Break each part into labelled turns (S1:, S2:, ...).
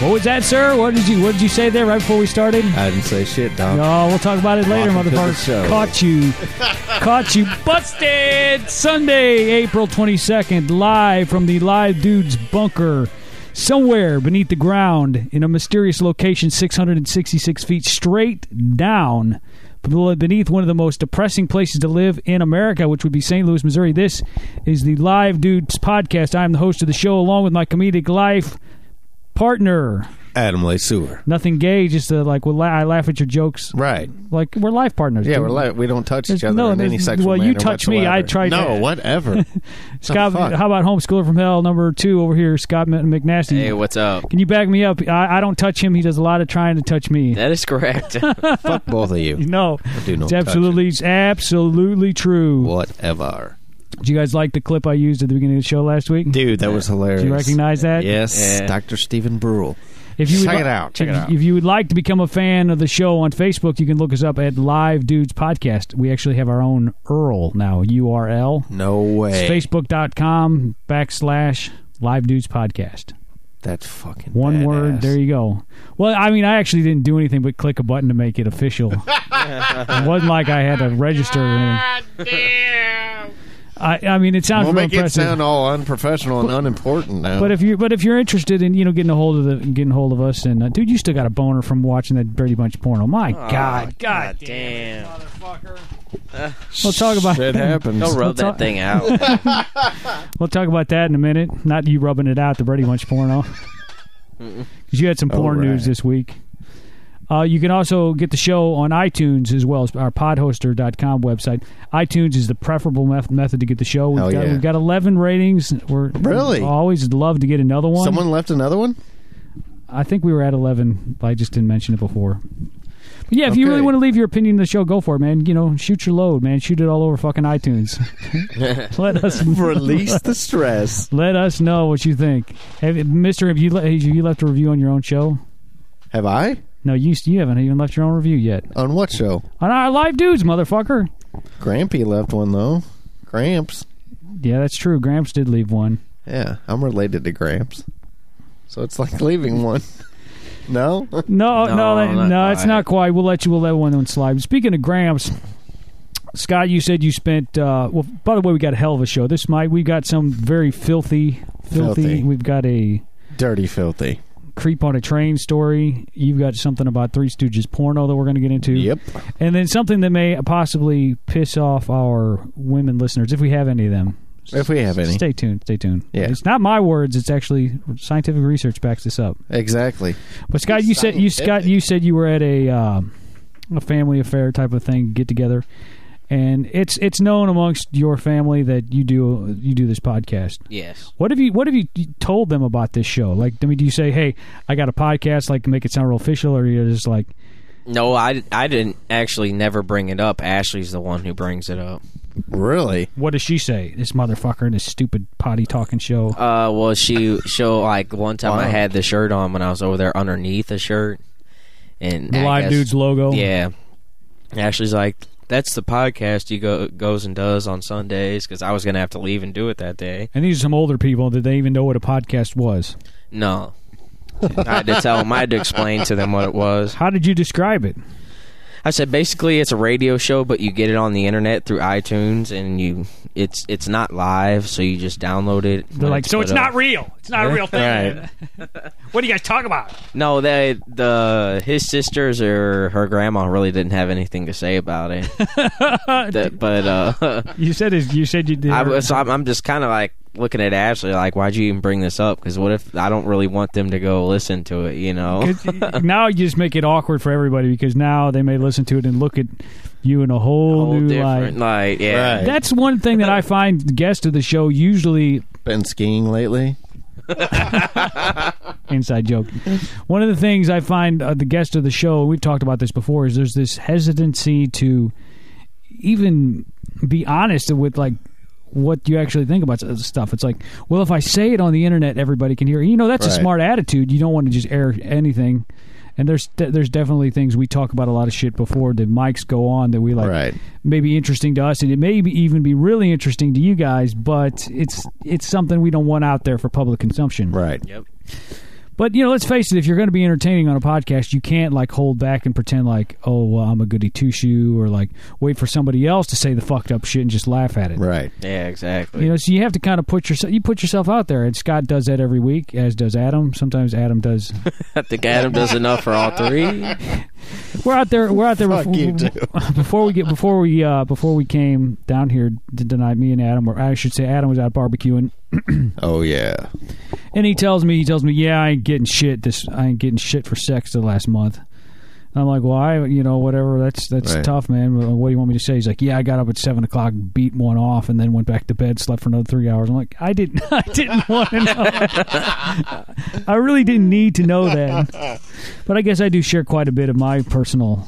S1: What was that, sir? What did you What did you say there right before we started?
S2: I didn't say shit, Dom.
S1: No, we'll talk about it later,
S2: Uh, Welcome to the
S1: motherfucker.
S2: show.
S1: Caught you. Caught you busted. Sunday, April 22nd, live from the Live Dudes bunker somewhere beneath the ground in a mysterious location 666 feet straight down beneath one of the most depressing places to live in America, which would be St. Louis, Missouri. This is the Live Dudes podcast. I am the host of the show along with my comedic life partner.
S2: Adam Lay Sewer.
S1: Nothing gay, just uh, like well, la- I laugh at your jokes
S2: Right.
S1: like we're life partners.
S2: Yeah,
S1: dude.
S2: we're like, we don't touch each
S1: There's-
S2: other
S1: no,
S2: in any
S1: there's-
S2: sexual
S1: well, you
S2: manner
S1: touch me, I
S2: whatsoever.
S1: tried to-
S2: No, whatever.
S1: Scott,
S2: The fuck?
S1: how about homeschooler from hell number two over here, Scott M- McNasty?
S3: Hey, what's up?
S1: Can you back me up? I, I don't touch him. He does a lot of trying to touch me.
S3: That is correct.
S2: Fuck both of you.
S1: no,
S2: do no
S1: it's absolutely, it's absolutely true.
S2: Whatever.
S1: Did you guys like the clip I used at the beginning of the show last week?
S2: Dude, that was hilarious.
S1: Do you recognize that?
S2: Yes,
S3: Yeah.
S2: Dr. Stephen Brule.
S1: If you would
S2: Check
S1: li-
S2: it out. Check
S1: if,
S2: it out.
S1: If you would like to become a fan of the show on Facebook, you can look us up at Live Dudes Podcast. We actually have our own URL now. URL.
S2: No way.
S1: It's facebook.com backslash Live Dudes Podcast.
S2: That's fucking
S1: One word.
S2: badass.
S1: There you go. Well, I mean, I actually didn't do anything but click a button to make it official. it wasn't like I had to register. Or anything. I, I mean, it sounds
S2: We'll
S1: real
S2: make it
S1: impressive.
S2: sound all unprofessional and unimportant now.
S1: but if you but if you're interested in you know getting a hold of the getting hold of us and uh, dude, you still got a boner from watching that Brady Bunch porno. My God, God,
S3: Damn.
S1: we'll talk about
S2: Shit happens.
S3: Don't rub
S1: What's up?
S3: that thing out.
S1: we'll talk about that in a minute. Not you rubbing it out the Brady Bunch porno because you had some porn
S2: Alright.
S1: news this week. Uh, you can also get the show on iTunes as well as our podhoster.com website. iTunes is the preferable meth- method to get the show. We've,
S2: Hell
S1: got,
S2: yeah.
S1: we've got 11 ratings. We're
S2: Really?
S1: we always love to get another one.
S2: Someone left another one?
S1: I think we were at 11, but I just didn't mention it before. But yeah, if you
S2: Okay.
S1: really want to leave your opinion of the show, go for it, man. You know, shoot your load, man. Shoot it all over fucking iTunes. Let us
S2: Release the stress.
S1: let us know what you think. Have, Mister, have you le- have you left a review on your own show?
S2: Have I?
S1: No, you you haven't even left your own review yet.
S2: On what show?
S1: On our live dudes, motherfucker.
S2: Grampy left one, though. Gramps.
S1: Yeah, that's true. Gramps did leave one.
S2: Yeah, I'm related to Gramps. So it's like leaving one. no?
S1: No, no,
S3: No,
S1: no,
S3: not
S1: it's
S3: quite.
S1: not quite. We'll let you. We'll let one one slide. Speaking of Gramps, Scott, you said you spent. Uh, well, by the way, we got a hell of a show. This might. We've got some very filthy, filthy.
S2: Filthy.
S1: We've got a
S2: Dirty filthy.
S1: creep on a train story. You've got something about Three Stooges porno that we're going to get into.
S2: Yep.
S1: And then something that may possibly piss off our women listeners if we have any of them.
S2: If we have any.
S1: Stay tuned. Stay tuned.
S2: Yeah.
S1: It's not my words. It's actually scientific research backs this up.
S2: Exactly.
S1: But Scott, you said you Scott, you said you were at a um, a family affair type of thing get together, and it's it's known amongst your family that you do you do this podcast.
S3: yes.
S1: What have you What have you told them about this show? Like, I mean, do you say, "Hey, I got a podcast," like make it sound real official, or you're just like,
S3: No, I, I didn't actually never bring it up. Ashley's the one who brings it up.
S2: Really?
S1: "What does she say? This motherfucker, this stupid potty talking show."
S3: Uh, well, she she'll like one time I
S2: Wow.
S3: had the shirt on when I was over there underneath the shirt, and
S1: The
S3: I
S1: live
S3: guess-
S1: dudes logo.
S3: Yeah, Ashley's like, "That's the podcast he go, goes and does on Sundays," because I was gonna have to leave and do it that day.
S1: And these are some older people. Did they even know what a podcast was?
S3: No, I had to tell them. I had to explain to them what it was.
S1: How did you describe it?
S3: I said basically it's a radio show, but you get it on the internet through iTunes, and you it's it's not live, so you just download it.
S1: They're like, so it's not
S3: real.
S1: real. It's not a real thing.
S2: Right.
S1: What do you guys talk about?
S3: no. They the his sisters or her grandma really didn't have anything to say about it. That- but uh,
S1: You said his, you said you did.
S3: I was I'm, I'm just kind of like looking at Ashley like, why'd you even bring this up? Because what if I don't really want them to go listen to it? You know.
S1: 'Cause now you just make it awkward for everybody because now they may listen to it and look at you in a whole,
S3: Whole
S1: new
S3: different,
S1: light.
S3: like yeah,
S2: Right.
S1: That's one thing that I find guests of the show usually
S2: Been skiing lately?
S1: inside joke. One of the things I find uh, the guest of the show, and we've talked about this before, is there's this hesitancy to even be honest with like what you actually think about s- stuff. It's like, well, if I say it on the internet, everybody can hear. it. You know, that's a
S2: Right.
S1: smart attitude. You don't want to just air anything. And there's de- there's definitely things we talk about a lot of shit before the mics go on that we like
S2: Right.
S1: may be interesting to us and it may be even be really interesting to you guys, but it's it's something we don't want out there for public consumption.
S2: Right.
S3: Yep.
S1: But you know, let's face it: if you're going to be entertaining on a podcast, you can't like hold back and pretend like, oh, well, I'm a goody two shoe, or like wait for somebody else to say the fucked up shit and just laugh at it.
S2: Right.
S3: Yeah, exactly.
S1: You know, so you have to kind of put yourself you put yourself out there, and Scott does that every week, as does Adam. Sometimes Adam does.
S3: I think Adam does enough for all three.
S1: We're out there. We're out there.
S2: Fuck
S1: before,
S2: you too.
S1: before we get before we uh, before we came down here t- tonight, me and Adam, or I should say, Adam was out barbecuing,
S2: Oh yeah.
S1: and he tells me, he tells me, yeah, I ain't getting shit. This I ain't getting shit for sex the last month. And I'm like, why? you know, whatever. That's that's
S2: Right.
S1: tough, man. Wha- What do you want me to say? He's like, yeah, I got up at seven o'clock, beat one off, and then went back to bed, slept for another three hours. I'm like, I didn't, I didn't want to know. I really didn't need to know that. But I guess I do share quite a bit of my personal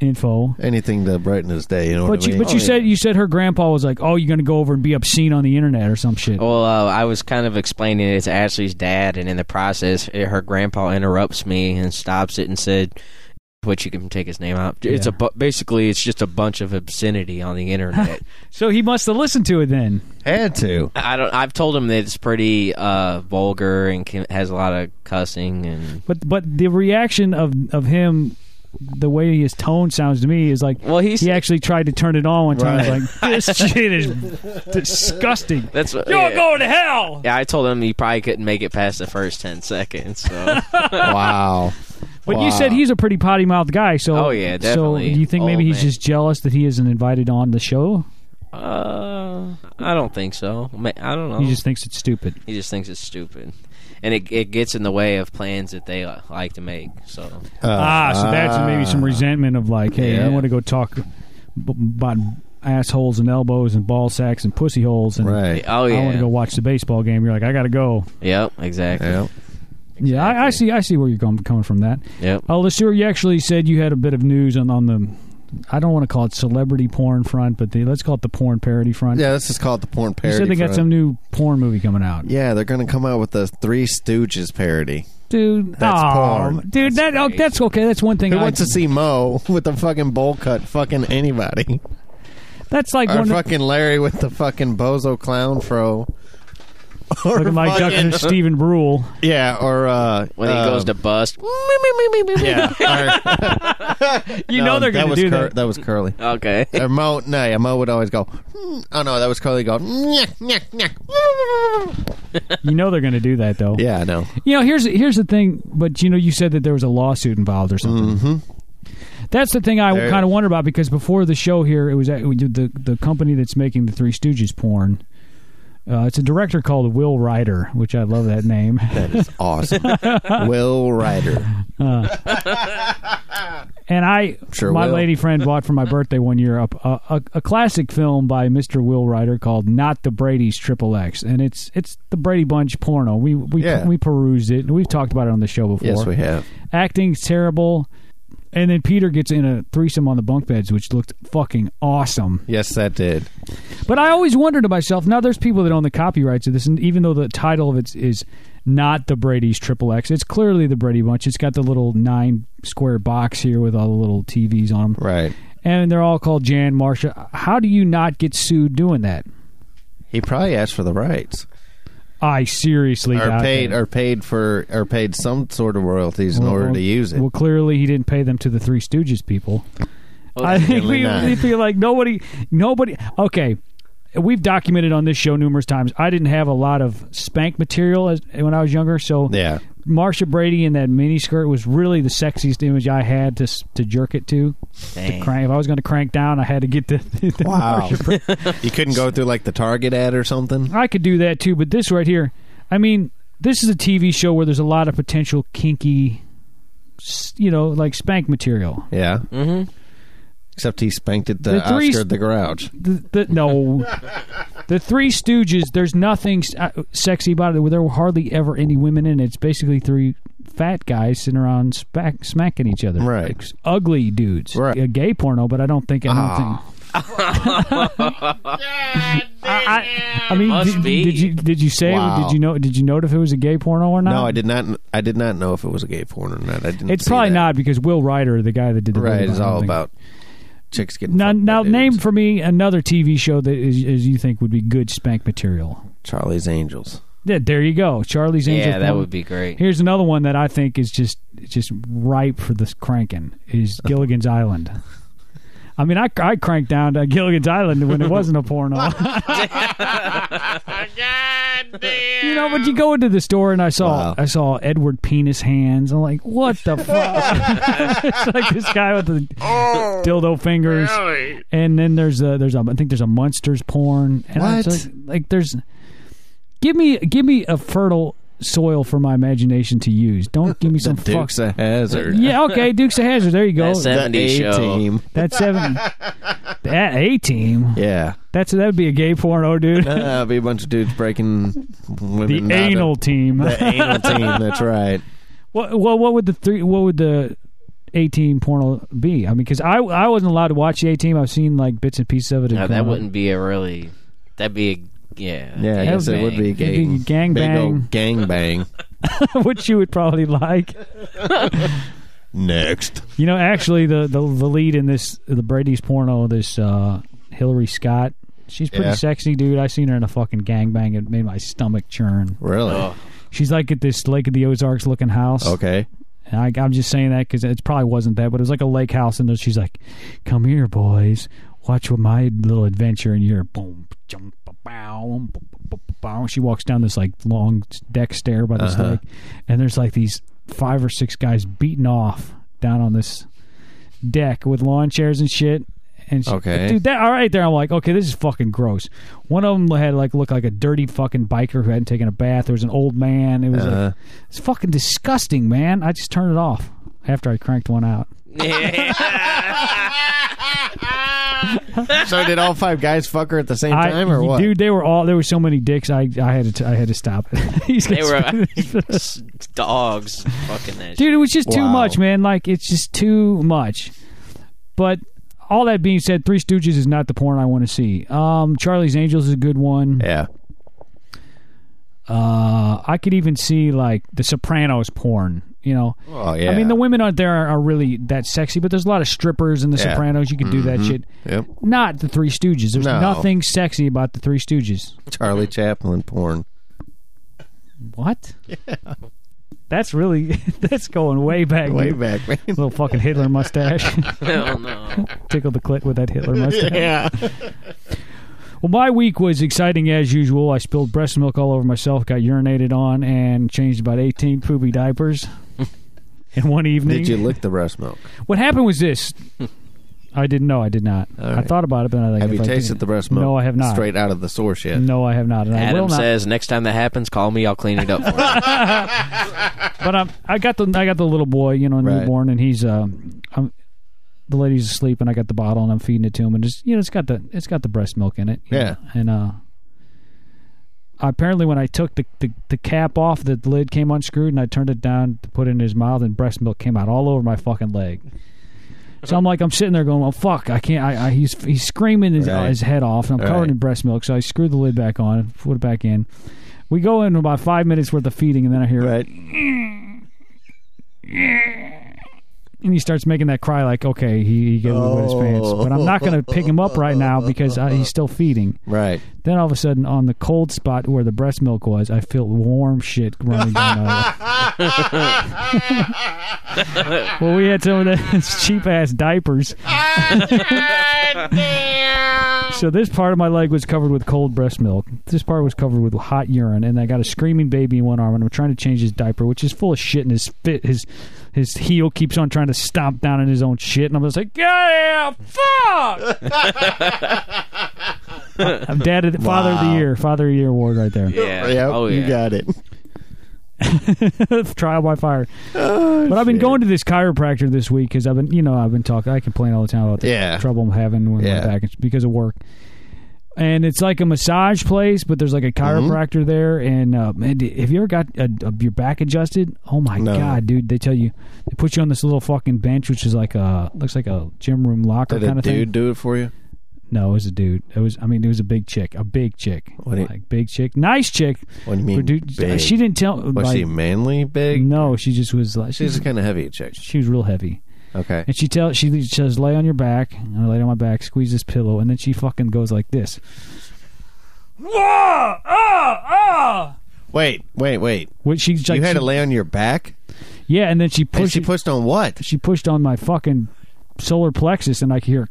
S1: info.
S2: Anything to brighten his day. You know
S1: But
S2: what I
S1: you,
S2: mean?
S1: but you
S3: Oh,
S1: said
S3: yeah.
S1: you said her grandpa was like, "Oh, you're gonna go over and be obscene on the internet or some shit."
S3: Well, uh, I was kind of explaining it to Ashley's dad, and in the process, eh, her grandpa interrupts me and stops it and said, "Which you can take his name out. It's
S1: Yeah.
S3: a bu- basically it's just a bunch of obscenity on the internet."
S1: So he must have listened to it then.
S2: had to.
S3: I don't. I've told him that it's pretty uh, vulgar and can, has a lot of cussing and.
S1: But but the reaction of of him, the way his tone sounds to me is like
S3: Well, he's
S1: he actually tried to turn it on one time.
S2: Right.
S1: He's Like this shit is disgusting.
S3: that's what,
S1: You're
S3: yeah.
S1: going to hell.
S3: Yeah, I told him he probably couldn't make it past the first ten seconds. So
S2: wow.
S1: But
S2: Wow.
S1: you said he's a pretty potty mouthed guy. So
S3: Oh, yeah, definitely.
S1: So do you think maybe
S3: Oh,
S1: he's
S3: man.
S1: just jealous that he isn't invited on the show?
S3: uh, I don't think so. Ma- I don't know.
S1: He just thinks it's stupid.
S3: He just thinks it's stupid, and it it gets in the way of plans that they uh, like to make. So
S2: Uh,
S1: Ah, so that's maybe some resentment of like, hey, I
S3: Yeah.
S1: want to go talk b- about assholes and elbows and ball sacks and pussy holes, and
S2: Right.
S3: oh
S1: I
S3: yeah,
S1: want to go watch the baseball game. You're like, I gotta go.
S3: yep, exactly.
S2: Yeah.
S1: Yeah, I, I see. I see where you're com- coming from. That.
S3: Yep.
S1: Oh, Lester, you actually said you had a bit of news on on the. I don't want to call it celebrity porn front, but the, let's call it the porn parody front.
S2: Yeah, let's just call it the porn
S1: You
S2: parody.
S1: said they got
S2: front.
S1: some new porn movie coming out,
S2: Yeah, they're gonna come out with the Three Stooges parody.
S1: dude.
S2: That's
S1: aw,
S2: porn.
S1: dude.
S3: That's
S1: that oh,
S3: crazy.
S1: that's okay. That's one thing.
S2: Who
S1: I,
S2: wants to see Mo with the fucking bowl cut? Fucking anybody.
S1: that's like
S2: Or
S1: one. of-
S2: fucking Larry with the fucking bozo clown fro. Or
S1: Look at my duck
S2: fucking-
S1: and Steven Brule.
S2: Yeah, or uh
S3: When he
S2: uh,
S3: goes to bust,
S2: yeah, or-
S1: You
S2: no,
S1: know they're going
S2: that
S1: to
S2: was
S1: do
S2: Cur-
S1: that.
S2: That was Curly.
S3: okay.
S2: Or Mo, no, yeah, Mo would always go. "Hmm." Oh no, that was Curly. Go. "Nyeh, nyeh, nyeh."
S1: You know they're going to do that though.
S2: Yeah, I know.
S1: You know, here's here's the thing. But you know, you said that there was a lawsuit involved or something. Mm-hmm. That's the thing I
S2: There
S1: kind of
S2: is.
S1: wonder about because before the show here, it was at, we did the the company that's making the Three Stooges porn. Uh, it's a director called Will Ryder, which I love that name.
S2: That is awesome. Will Ryder.
S1: And I,
S2: Sure
S1: my
S2: will.
S1: lady friend bought for my birthday one year a, a, a, a classic film by Mr. Will Ryder called "Not the Brady's Triple X," and it's it's the Brady Bunch porno. We we
S2: Yeah.
S1: we perused it. and We've talked about it on the show before.
S2: Yes, we have.
S1: acting's terrible. And then Peter gets in a threesome on the bunk beds, which looked fucking awesome.
S2: Yes, that did.
S1: But I always wondered to myself, now there's people that own the copyrights of this, and even though the title of it is not the Brady's Triple X, it's clearly the Brady Bunch. It's got the little nine square box here with all the little TVs on them.
S2: Right.
S1: And they're all called Jan, Marsha. How do you not get sued doing that?
S2: He probably asked for the rights,
S1: I seriously
S2: or
S1: doubt
S2: paid,
S1: that.
S2: or paid for, or paid some sort of royalties in
S1: Well,
S2: order
S1: well,
S2: to use it.
S1: Well, clearly he didn't pay them to the Three Stooges people. I think
S2: Definitely
S1: we
S2: not.
S1: we feel like nobody, nobody. Okay, we've documented on this show numerous times. I didn't have a lot of spank material as, when I was younger, so
S2: yeah.
S1: Marsha Brady in that miniskirt was really the sexiest image I had to s- to jerk it to.
S3: Dang.
S1: Crank, if I was going to crank down, I had to get the. the
S2: Wow.
S1: Marsha Brady.
S2: you couldn't go through like the Target ad or something.
S1: I could do that too, but this right here, I mean, this is a TV show where there's a lot of potential kinky, s- you know, like spank material.
S2: Yeah.
S3: Mm-hmm.
S2: Except he spanked it to
S1: The three-
S2: Oscar the Grouch.
S1: the, the, no, the Three Stooges. There's nothing s- uh, sexy about it. There were hardly ever any women in it. It's basically three fat guys sitting around spack, smacking each other.
S2: Right.
S1: Like, ugly dudes.
S2: Right.
S1: A gay porno, but I don't think. I don't
S2: Ah.
S1: think. I, I, I mean,
S3: Must
S1: did,
S3: be.
S1: did you did you say?
S2: Wow.
S1: Did you know? Did you note if it was a gay porno or not?
S2: No, I did not. I did not know if it was a gay porn or not. I didn't.
S1: It's
S2: see
S1: probably
S2: that.
S1: not because Will Ryder, the guy that did the
S2: Right.
S1: video,
S2: It's
S1: I don't
S2: all
S1: think-
S2: about chicks getting.
S1: Now,
S2: fucked by
S1: now
S2: dudes.
S1: name for me another TV show that is, is you think would be good spank material.
S2: Charlie's Angels.
S1: Yeah, there you go. Charlie's Angels.
S3: yeah, that
S1: Ballroom.
S3: would be great.
S1: Here's another one that I think is just just ripe for this cranking is Gilligan's Island. I mean, I, I cranked down to Gilligan's Island when it wasn't a porno.
S2: God damn.
S1: you know, but you go into the store and I saw
S2: Wow.
S1: I saw Edward penis hands. I'm like, what the fuck? it's like this guy with the
S2: Oh,
S1: dildo fingers.
S2: really?
S1: And then there's a there's a I think there's a monsters porn. And I was
S2: What?
S1: like, like there's give me give me a fertile soil for my imagination to use. Don't give me some fuck.
S2: Dukes of Hazard.
S1: Yeah, okay, Dukes of Hazard. There you go.
S3: That's
S1: That,
S3: it. 70 show.
S2: team.
S1: seven. That A team.
S2: Yeah.
S1: That's that would be a gay porno, dude.
S2: Uh, That'll be a bunch of dudes breaking
S1: the
S2: women. out of-
S1: anal team.
S2: The anal team. That's right.
S1: What, what what would the three? What would the A team porno be? I mean, because I I wasn't allowed to watch the A team. I've seen like bits and pieces of it.
S3: Now,
S1: growing
S3: that
S1: up.
S3: wouldn't be a really. That'd be a yeah.
S2: Yeah, I
S1: That
S2: guess
S1: would
S2: it would be a
S1: It'd be
S2: gang,
S1: gang
S2: big
S1: bang.
S2: old gang bang.
S1: which you would probably like.
S2: Next.
S1: You know, actually, the the, the lead in this the Brady's porno, this uh, Hillary Scott. She's pretty
S2: Yeah.
S1: sexy, dude. I seen her in a fucking gangbang. It made my stomach churn.
S2: Really?
S3: Oh,
S1: She's like at this Lake of the Ozarks looking house.
S2: Okay.
S1: And I, I'm just saying that because it probably wasn't that, but it was like a lake house, and she's like, "Come here, boys, watch what my little adventure." And you're boom, jump, bow, bow. She walks down this like long deck stair by this
S2: Uh-huh.
S1: lake, and there's like these five or six guys beating off down on this deck with lawn chairs and shit. And she,
S2: Okay.
S1: dude, that all right there. I'm like, okay, this is fucking gross. One of them had like looked like a dirty fucking biker who hadn't taken a bath. There was an old man. It was like,
S2: Uh,
S1: it's fucking disgusting, man. I just turned it off after I cranked one out.
S2: so did all five guys fuck her at the same
S1: I,
S2: time, or what?
S1: Dude, they were all there were so many dicks. I I had to t- I had to stop it. These
S3: they
S1: guys-
S3: were dogs fucking that.
S1: dude, it was just too
S2: Wow.
S1: much, man. Like it's just too much. But all that being said, Three Stooges is not the porn I want to see. Um, Charlie's Angels is a good one.
S2: yeah.
S1: Uh, I could even see like the Sopranos porn. You know,
S2: Oh yeah.
S1: I mean the women out there are, are really that sexy, but there's a lot of strippers in the
S2: Yeah.
S1: Sopranos. You could do that shit.
S2: Yep.
S1: Not the Three Stooges. There's
S2: No.
S1: nothing sexy about the Three Stooges.
S2: Charlie Chaplin porn.
S1: What? That's really that's going way back.
S2: Way
S1: dude.
S2: back, man.
S1: Little fucking Hitler mustache.
S3: Hell no.
S1: Tickle the clit with that Hitler mustache.
S2: yeah.
S1: Well, my week was exciting as usual. I spilled breast milk all over myself, got urinated on, and changed about eighteen poopy diapers in one evening.
S2: Did you lick the breast milk?
S1: What happened was this. I didn't know. I did not.
S2: All
S1: I
S2: right.
S1: thought about it, but I think
S2: Have
S1: if
S2: you
S1: I
S2: tasted
S1: didn't-
S2: the breast milk?
S1: No, I have not.
S2: Straight out of the source yet.
S1: No, I have not. And I will
S3: Adam
S1: not.
S3: says next time that happens, call me. I'll clean it up for you.
S1: but um, I got the I got the little boy, you know,
S2: Right.
S1: newborn, and he's um, I'm, the lady's asleep, and I got the bottle, and I'm feeding it to him, and just you know, it's got the it's got the breast milk in it, you
S2: Yeah.
S1: know, and uh, apparently when I took the, the the cap off, the lid came unscrewed, and I turned it down to put it in his mouth, and breast milk came out all over my fucking leg. So I'm like, I'm sitting there going, "Well, fuck, I can't." I, I he's he's screaming his,
S2: Right.
S1: his head off, and I'm covered
S2: Right.
S1: in breast milk. So I screw the lid back on, put it back in. We go in about five minutes worth of feeding, and then I hear,
S2: Right.
S1: and he starts making that cry like okay he, he gave it away with his pants but i'm not going to pick him up right now because I, he's still feeding
S2: Right.
S1: then all of a sudden on the cold spot where the breast milk was i feel warm shit running down my leg. well we had some of those cheap ass diapers so this part of my leg was covered with cold breast milk this part was covered with hot urine and i got a screaming baby in one arm and i'm trying to change his diaper which is full of shit and his fit his his heel keeps on trying to stomp down in his own shit and i'm just like yeah fuck i'm dad of the, father of the
S2: Wow.
S1: year father of the year award right there
S3: Yeah.
S2: Yep,
S3: oh yeah.
S2: You got it.
S1: trial by fire.
S2: Oh,
S1: but I've been going to this chiropractor this week because I've been, you know, I've been talking. I complain all the time about the
S2: Yeah.
S1: trouble I'm having with
S2: Yeah.
S1: my back. It's because of work. And it's like a massage place, but there's like a
S2: Mm-hmm.
S1: chiropractor there. And uh, man, d- have you ever got a, a- your back adjusted? Oh my
S2: No.
S1: god, dude! They tell you they put you on this little fucking bench, which is like a looks like a gym room locker
S2: Did a
S1: kind of
S2: dude
S1: thing.
S2: do it for you?
S1: No, it was a dude. It was I mean, it was a big chick, a big chick,
S2: What do you-
S1: like big chick, nice chick.
S2: What do
S1: But
S2: you mean?
S1: dude,
S2: big?
S1: she didn't tell.
S2: Was
S1: like,
S2: she manly big?
S1: No, she just was like
S2: She's kind of heavy chick.
S1: she was real heavy.
S2: Okay.
S1: And she tells she says, "Lay on your back." And I laid on my back, squeeze this pillow, and then she fucking goes like this.
S2: Wait, wait, wait.
S1: Which she's like,
S2: you had
S1: she-
S2: to lay on your back?
S1: yeah, and then she
S2: And
S1: pushed.
S2: she pushed on what?
S1: she pushed on my fucking solar plexus, and I could hear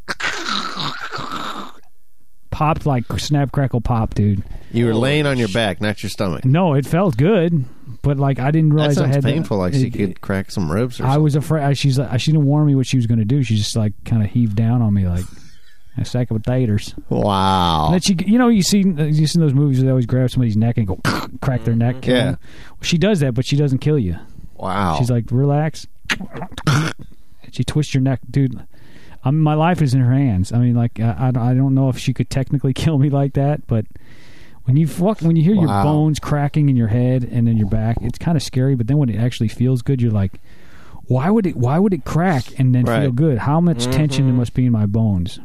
S1: popped like snap crackle pop, dude.
S2: You were laying on your back, not your stomach.
S1: No, it felt good, but like I didn't
S2: That
S1: realize I
S2: sounds
S1: had the-
S2: painful. Like she
S1: it-
S2: could crack some ribs or
S1: I
S2: something.
S1: was afraid. I, she's like, she didn't warn me what she was going to do. She just like kind of heaved down on me like a sack of potatoes.
S2: Wow.
S1: And then she, you know, you see, you see in those movies where they always grab somebody's neck and go crack their neck. kill
S2: Mm-hmm. Yeah.
S1: them. she does that, but she doesn't kill you.
S2: wow.
S1: She's like, relax. she twists your neck, dude. I mean, my life is in her hands. I mean, like, I, I I don't know if she could technically kill me like that, but when you fuck, when you hear your
S2: Wow.
S1: bones cracking in your head and in your back, it's kind of scary. But then when it actually feels good, you're like, why would it? Why would it crack and then feel
S2: Right.
S1: good? How much tension there must be in my bones?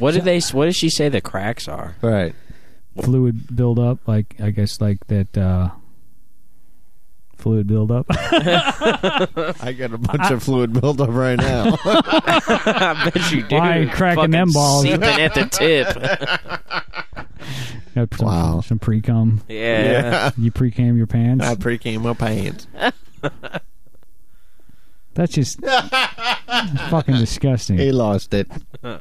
S3: What did they? What did she say the cracks are?
S2: right.
S1: fluid buildup, like I guess like that uh fluid buildup.
S2: I got a bunch of fluid buildup right now.
S3: I bet you do.
S1: Why ain't cracking
S3: Fucking
S1: them balls?
S3: Seeping at the tip.
S1: some,
S2: Wow.
S1: Some pre cum.
S3: Yeah.
S1: You pre cum your pants.
S2: I pre came my pants.
S1: That's just fucking
S2: He
S1: disgusting.
S2: lost it.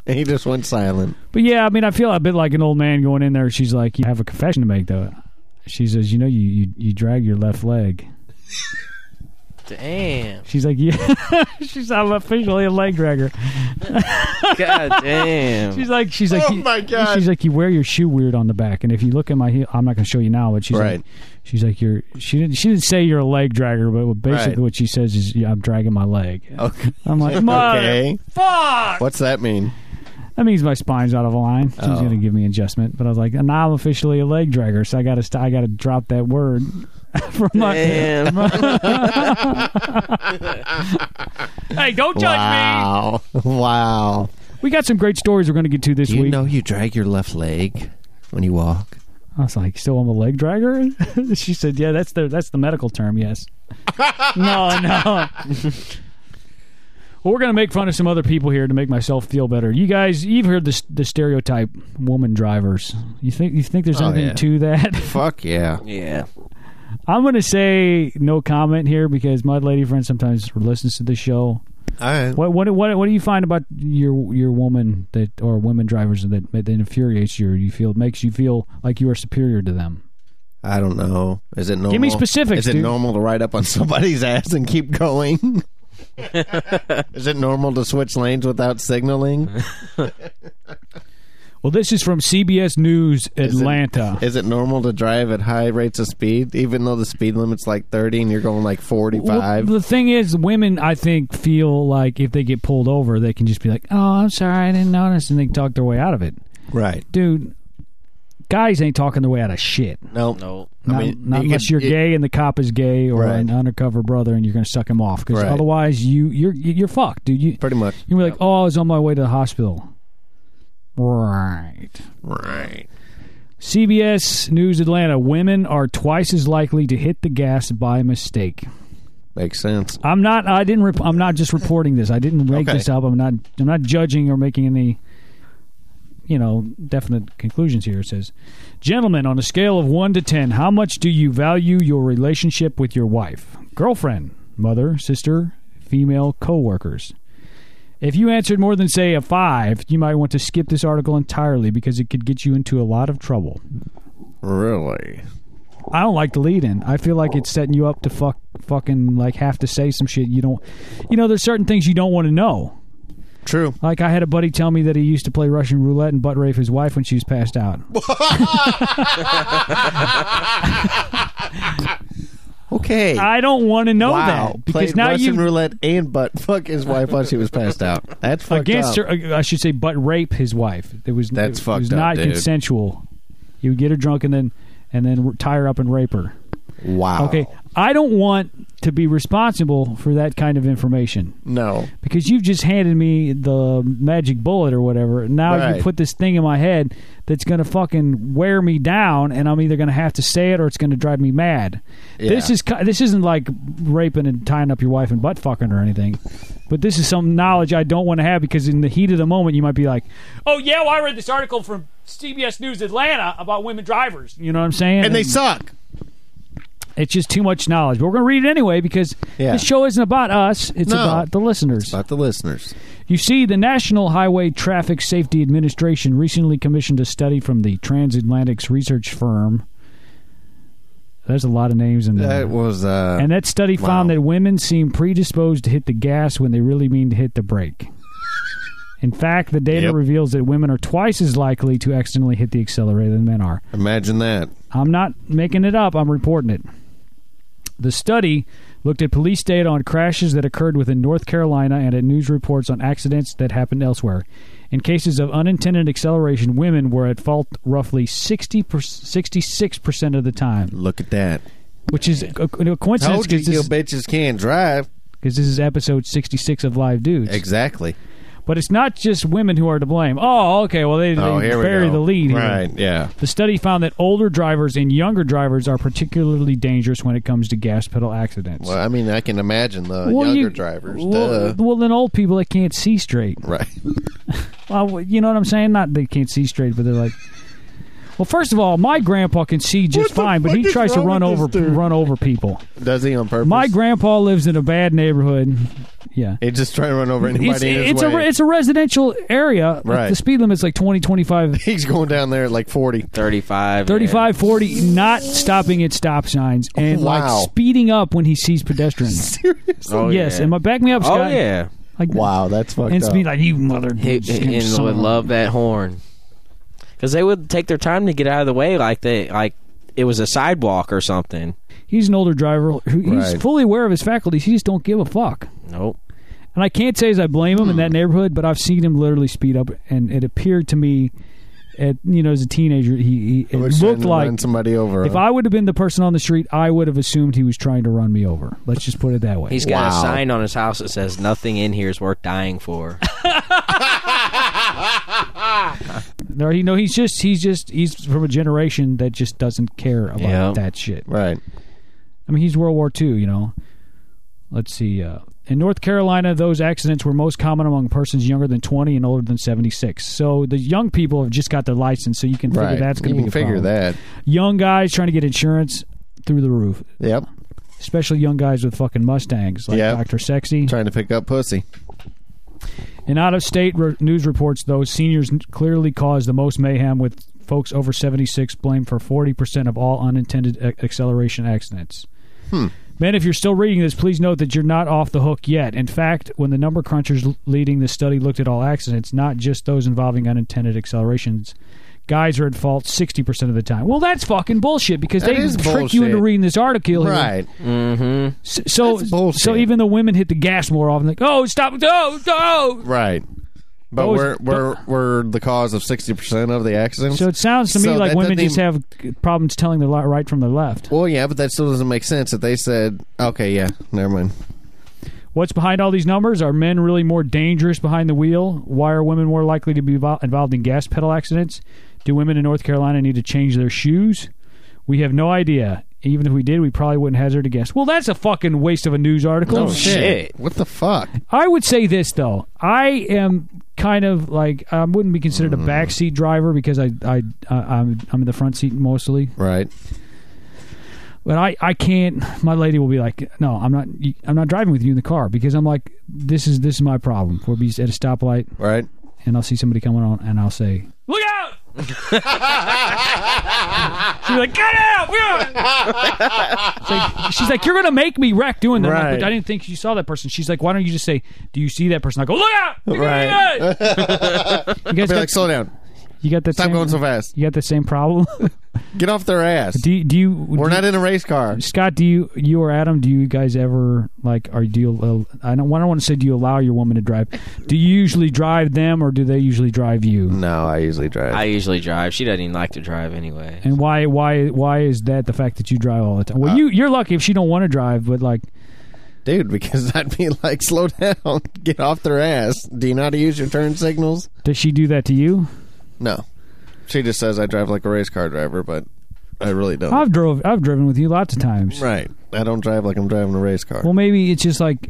S2: He just went silent.
S1: But yeah, I mean I feel a bit like an old man going in there, she's like, You have a confession to make though. She says, You know you you, you drag your left leg.
S3: Damn.
S1: She's like, Yeah She's I'm officially a leg dragger.
S3: God damn.
S1: She's like she's like
S2: Oh
S1: you-
S2: my God.
S1: She's like you wear your shoe weird on the back, and if you look at my heel, I'm not going to show you now, but she's
S2: Right.
S1: like she's like you're she didn't she didn't say you're a leg dragger, but basically
S2: Right.
S1: what she says is yeah, I'm dragging my leg.
S2: Okay.
S1: I'm like mother
S2: okay.
S1: fuck.
S2: What's that mean?
S1: That means my spine's out of line. She's
S2: Oh.
S1: going to give me adjustment, but I was like now I'm officially a leg dragger, so I got to st- I got to drop that word from my.
S3: damn.
S1: Hey, don't judge me.
S2: Wow. Wow.
S1: We got some great stories we're going to get to this
S2: Do you
S1: week.
S2: know you drag your left leg when you walk?
S1: I was like, "So I'm a leg dragger?" she said, "Yeah, that's the that's the medical term." Yes. no, no. well, we're gonna make fun of some other people here to make myself feel better. You guys, you've heard the the stereotype woman drivers. You think you think there's
S2: Oh,
S1: anything
S2: yeah.
S1: to that?
S2: Fuck yeah.
S3: yeah.
S1: I'm gonna say no comment here because my lady friend sometimes listens to the show.
S2: All right.
S1: What what what what do you find about your your woman that or women drivers that that infuriates you? Or you feel makes you feel like you are superior to them.
S2: I don't know. Is it normal?
S1: me specifics,
S2: Is it
S1: dude.
S2: normal to ride up on somebody's ass and keep going? is it normal to switch lanes without signaling?
S1: Well, this is from CBS News Atlanta.
S2: Is it normal to drive at high rates of speed, even though the speed limit's like 30 and you're going like 45?
S1: Well, the thing is, women, I think, feel like if they get pulled over, they can just be like, oh, I'm sorry, I didn't notice, and they can talk their way out of it.
S2: Right.
S1: Dude, guys ain't talking their way out of shit.
S2: No.
S3: No.
S2: I
S1: Not,
S2: mean,
S1: not
S2: you
S1: unless
S2: could-
S1: you're
S2: you-
S1: gay and the cop is gay or
S2: Right.
S1: an undercover brother and you're going to suck him off. Because
S2: Right.
S1: otherwise, you, you're, you're fucked, dude. You,
S2: Pretty much.
S1: you're like, oh, I was on my way to the hospital. Right.
S2: Right.
S1: CBS News Atlanta women are twice as likely to hit the gas by mistake.
S2: Makes sense.
S1: I'm not. I didn't. Rep- I'm not just reporting this. I didn't make
S2: Okay.
S1: this up. I'm not. I'm not judging or making any, you know, definite conclusions here. It says, gentlemen, on a scale of one to ten, how much do you value your relationship with your wife, girlfriend, mother, sister, female coworkers? If you answered more than say a five, you might want to skip this article entirely because it could get you into a lot of trouble.
S2: Really?
S1: I don't like the lead in. I feel like it's setting you up to fuck, fucking like have to say some shit you don't. You know, there's certain things you don't want to know.
S2: True.
S1: Like I had a buddy tell me that he used to play Russian roulette and butt rape his wife when she was passed out.
S2: Okay.
S1: I don't want to know
S2: wow.
S1: that because
S2: Played
S1: now
S2: Russian
S1: you
S2: roulette and butt fuck his wife while she was passed out. That's fucked
S1: against
S2: up.
S1: her. uh, I should say butt rape his wife. It was
S2: That's
S1: it,
S2: fucked
S1: was
S2: up,
S1: not
S2: dude.
S1: consensual. You would get her drunk and then and then tie her up and rape her.
S2: Wow.
S1: Okay, I don't want to be responsible for that kind of information.
S2: No.
S1: because you've just handed me the magic bullet or whatever. Now you
S2: Right.
S1: put this thing in my head that's going to fucking wear me down, and I'm either going to have to say it or it's going to drive me mad. This
S2: Yeah.
S1: is ki- this isn't like raping and tying up your wife and butt fucking or anything, but this is some knowledge I don't want to have because in the heat of the moment you might be like, "Oh yeah, well, I read this article from CBS News Atlanta about women drivers. You know what I'm saying?
S2: and they suck.
S1: it's just too much knowledge. But we're going to read it anyway because
S2: Yeah.
S1: this show isn't about us. It's
S2: No.
S1: about the listeners.
S2: About the listeners.
S1: You see, the National Highway Traffic Safety Administration recently commissioned a study from the Transatlantic's research firm. There's a lot of names in there.
S2: That was uh,
S1: and that study found
S2: wow.
S1: that women seem predisposed to hit the gas when they really mean to hit the brake. In fact, the data
S2: Yep.
S1: reveals that women are twice as likely to accidentally hit the accelerator than men are.
S2: imagine that.
S1: I'm not making it up, I'm reporting it. The study looked at police data on crashes that occurred within North Carolina and at news reports on accidents that happened elsewhere. In cases of unintended acceleration, women were at fault roughly 60 per, 66% of the time,
S2: Look at that.
S1: which is a, a coincidence
S2: Told you,
S1: because
S2: you
S1: this,
S2: bitches can't drive.
S1: 'cause this is episode 66 of Live Dudes.
S2: Exactly.
S1: but it's not just women who are to blame. Oh, okay, well, they,
S2: oh,
S1: they
S2: here we go.
S1: bury the lead here.
S2: Right? Yeah.
S1: The study found that older drivers and younger drivers are particularly dangerous when it comes to gas pedal accidents.
S2: Well, I mean, I can imagine the
S1: Well,
S2: younger
S1: you-
S2: drivers.
S1: Well,
S2: Duh.
S1: well, then old people that can't see straight.
S2: Right.
S1: Well, you know what I'm saying? Not they can't see straight, but they're like. Well, first of all, my grandpa can see just
S2: What the
S1: fine, but
S2: fuck
S1: he
S2: is
S1: tries to
S2: wrong
S1: run
S2: with
S1: over
S2: this dude?
S1: run over people.
S2: Does he on purpose?
S1: My grandpa lives in a bad neighborhood. Yeah.
S2: He just trying to run over anybody
S1: It's,
S2: in his
S1: it's
S2: way.
S1: a re- it's a residential area.
S2: Right.
S1: The speed limit's like 20, 25
S2: He's going down there at like forty.
S3: 35.
S1: 35, 40, not stopping at stop signs
S3: Oh,
S1: and
S2: Wow.
S1: like speeding up when he sees pedestrians.
S3: Yeah. Oh,
S1: yes,
S3: yeah.
S1: and my back me up,
S3: Oh,
S1: Scott.
S3: yeah.
S1: Like,
S2: Wow, that's fucked
S1: And
S2: up.
S1: speed like you mother.
S3: He, and would love that horn. Because they would take their time to get out of the way like they like it was a sidewalk or something.
S1: He's an older driver. who- He's
S2: Right.
S1: fully aware of his faculties. He just don't give a fuck.
S3: Nope.
S1: And I can't say as I blame him in
S3: Hmm.
S1: that neighborhood, but I've seen him literally speed up, and it appeared to me, at you know, as a teenager, he, he it
S2: Looks
S1: looked
S2: to
S1: like
S2: run somebody over.
S1: if
S2: huh?
S1: I would have been the person on the street, I would have assumed he was trying to run me over. Let's just put it that way.
S3: He's got a
S2: Wow.
S3: sign on his house that says nothing in here is worth dying for.
S1: No, you know, he's just he's just he's from a generation that just doesn't care about
S3: Yeah.
S1: that shit.
S2: right.
S1: I mean, he's World War II, you know. Let's see. Uh, in North Carolina, those accidents were most common among persons younger than 20 and older than 76. So the young people have just got their license, so you can figure
S2: Right.
S1: that's going
S2: You
S1: to be
S2: can
S1: the
S2: figure
S1: problem.
S2: that.
S1: Young guys trying to get insurance through the roof,
S2: Yep.
S1: especially young guys with fucking Mustangs like
S2: Yeah.
S1: Dr. Sexy.
S2: Trying to pick up pussy.
S1: In out of state re- news reports, though, seniors n- clearly cause the most mayhem, with folks over 76 blamed for 40% of all unintended a- acceleration accidents.
S2: Hmm.
S1: Men, if you're still reading this, please note that you're not off the hook yet. In fact, when the number crunchers l- leading this study looked at all accidents, not just those involving unintended accelerations, guys are at fault 60% of the time. Well, that's fucking bullshit because
S2: That
S1: they
S2: is
S1: trick you into
S2: bullshit.
S1: reading this article here.
S2: Right.
S3: mm-hmm.
S1: S- So,
S2: That's bullshit.
S1: so even the women hit the gas more often. Like, oh, stop! Oh, oh.
S2: Right. But
S1: Those-
S2: we're we're we're the cause of sixty percent of the accidents.
S1: So it sounds to me
S2: So
S1: like
S2: that
S1: women
S2: doesn't
S1: just have problems telling their li- right from their left.
S2: well, yeah, but that still doesn't make sense. That they said, okay, yeah, never mind.
S1: What's behind all these numbers? Are men really more dangerous behind the wheel? Why are women more likely to be vol- involved in gas pedal accidents? Do women in North Carolina need to change their shoes? We have no idea. Even if we did, we probably wouldn't hazard a guess. Well, that's a fucking waste of a news article.
S2: Oh
S3: shit.
S2: What the fuck?
S1: I would say this though. I am kind of like I wouldn't be considered
S2: Hmm.
S1: a backseat driver because I I, I I'm I'm in the front seat mostly.
S2: Right.
S1: But I, I can't. My lady will be like, no, I'm not. I'm not driving with you in the car because I'm like, this is this is my problem. We'll be at a stoplight
S2: Right.
S1: and I'll see somebody coming on and I'll say, look out! she's like, get out! Get out!" It's like- she's like, you're gonna make me wreck doing that. I'm like,
S2: Right.
S1: but I didn't think you saw that person. She's like, why don't you just say, do you see that person? I go, look out! Look
S2: Right.
S1: out! you guys
S2: Be
S1: got,
S2: like, slow down.
S1: you got that
S2: Stop
S1: same,
S2: going so fast.
S1: you got the same problem.
S2: Get off their ass.
S1: do you- do you?
S2: We're
S1: do
S2: not in a race car.
S1: Scott, do you you or Adam, do you guys ever like are do you uh, I don't, I don't want to say do you allow your woman to drive? Do you usually drive them or do they usually drive you?
S2: No, I usually drive.
S3: I usually drive. She doesn't even like to drive anyway.
S1: And why why why is that the fact that you drive all the time? Well, you you're lucky if she don't want to drive, but like
S2: Dude, because I'd be like, slow down. Get off their ass. Do you know how to use your turn signals?
S1: does she do that to you?
S2: No. She just says I drive like a race car driver, but I really don't.
S1: I've drove I've driven with you lots of times.
S2: right. I don't drive like I'm driving a race car.
S1: Well, maybe it's just like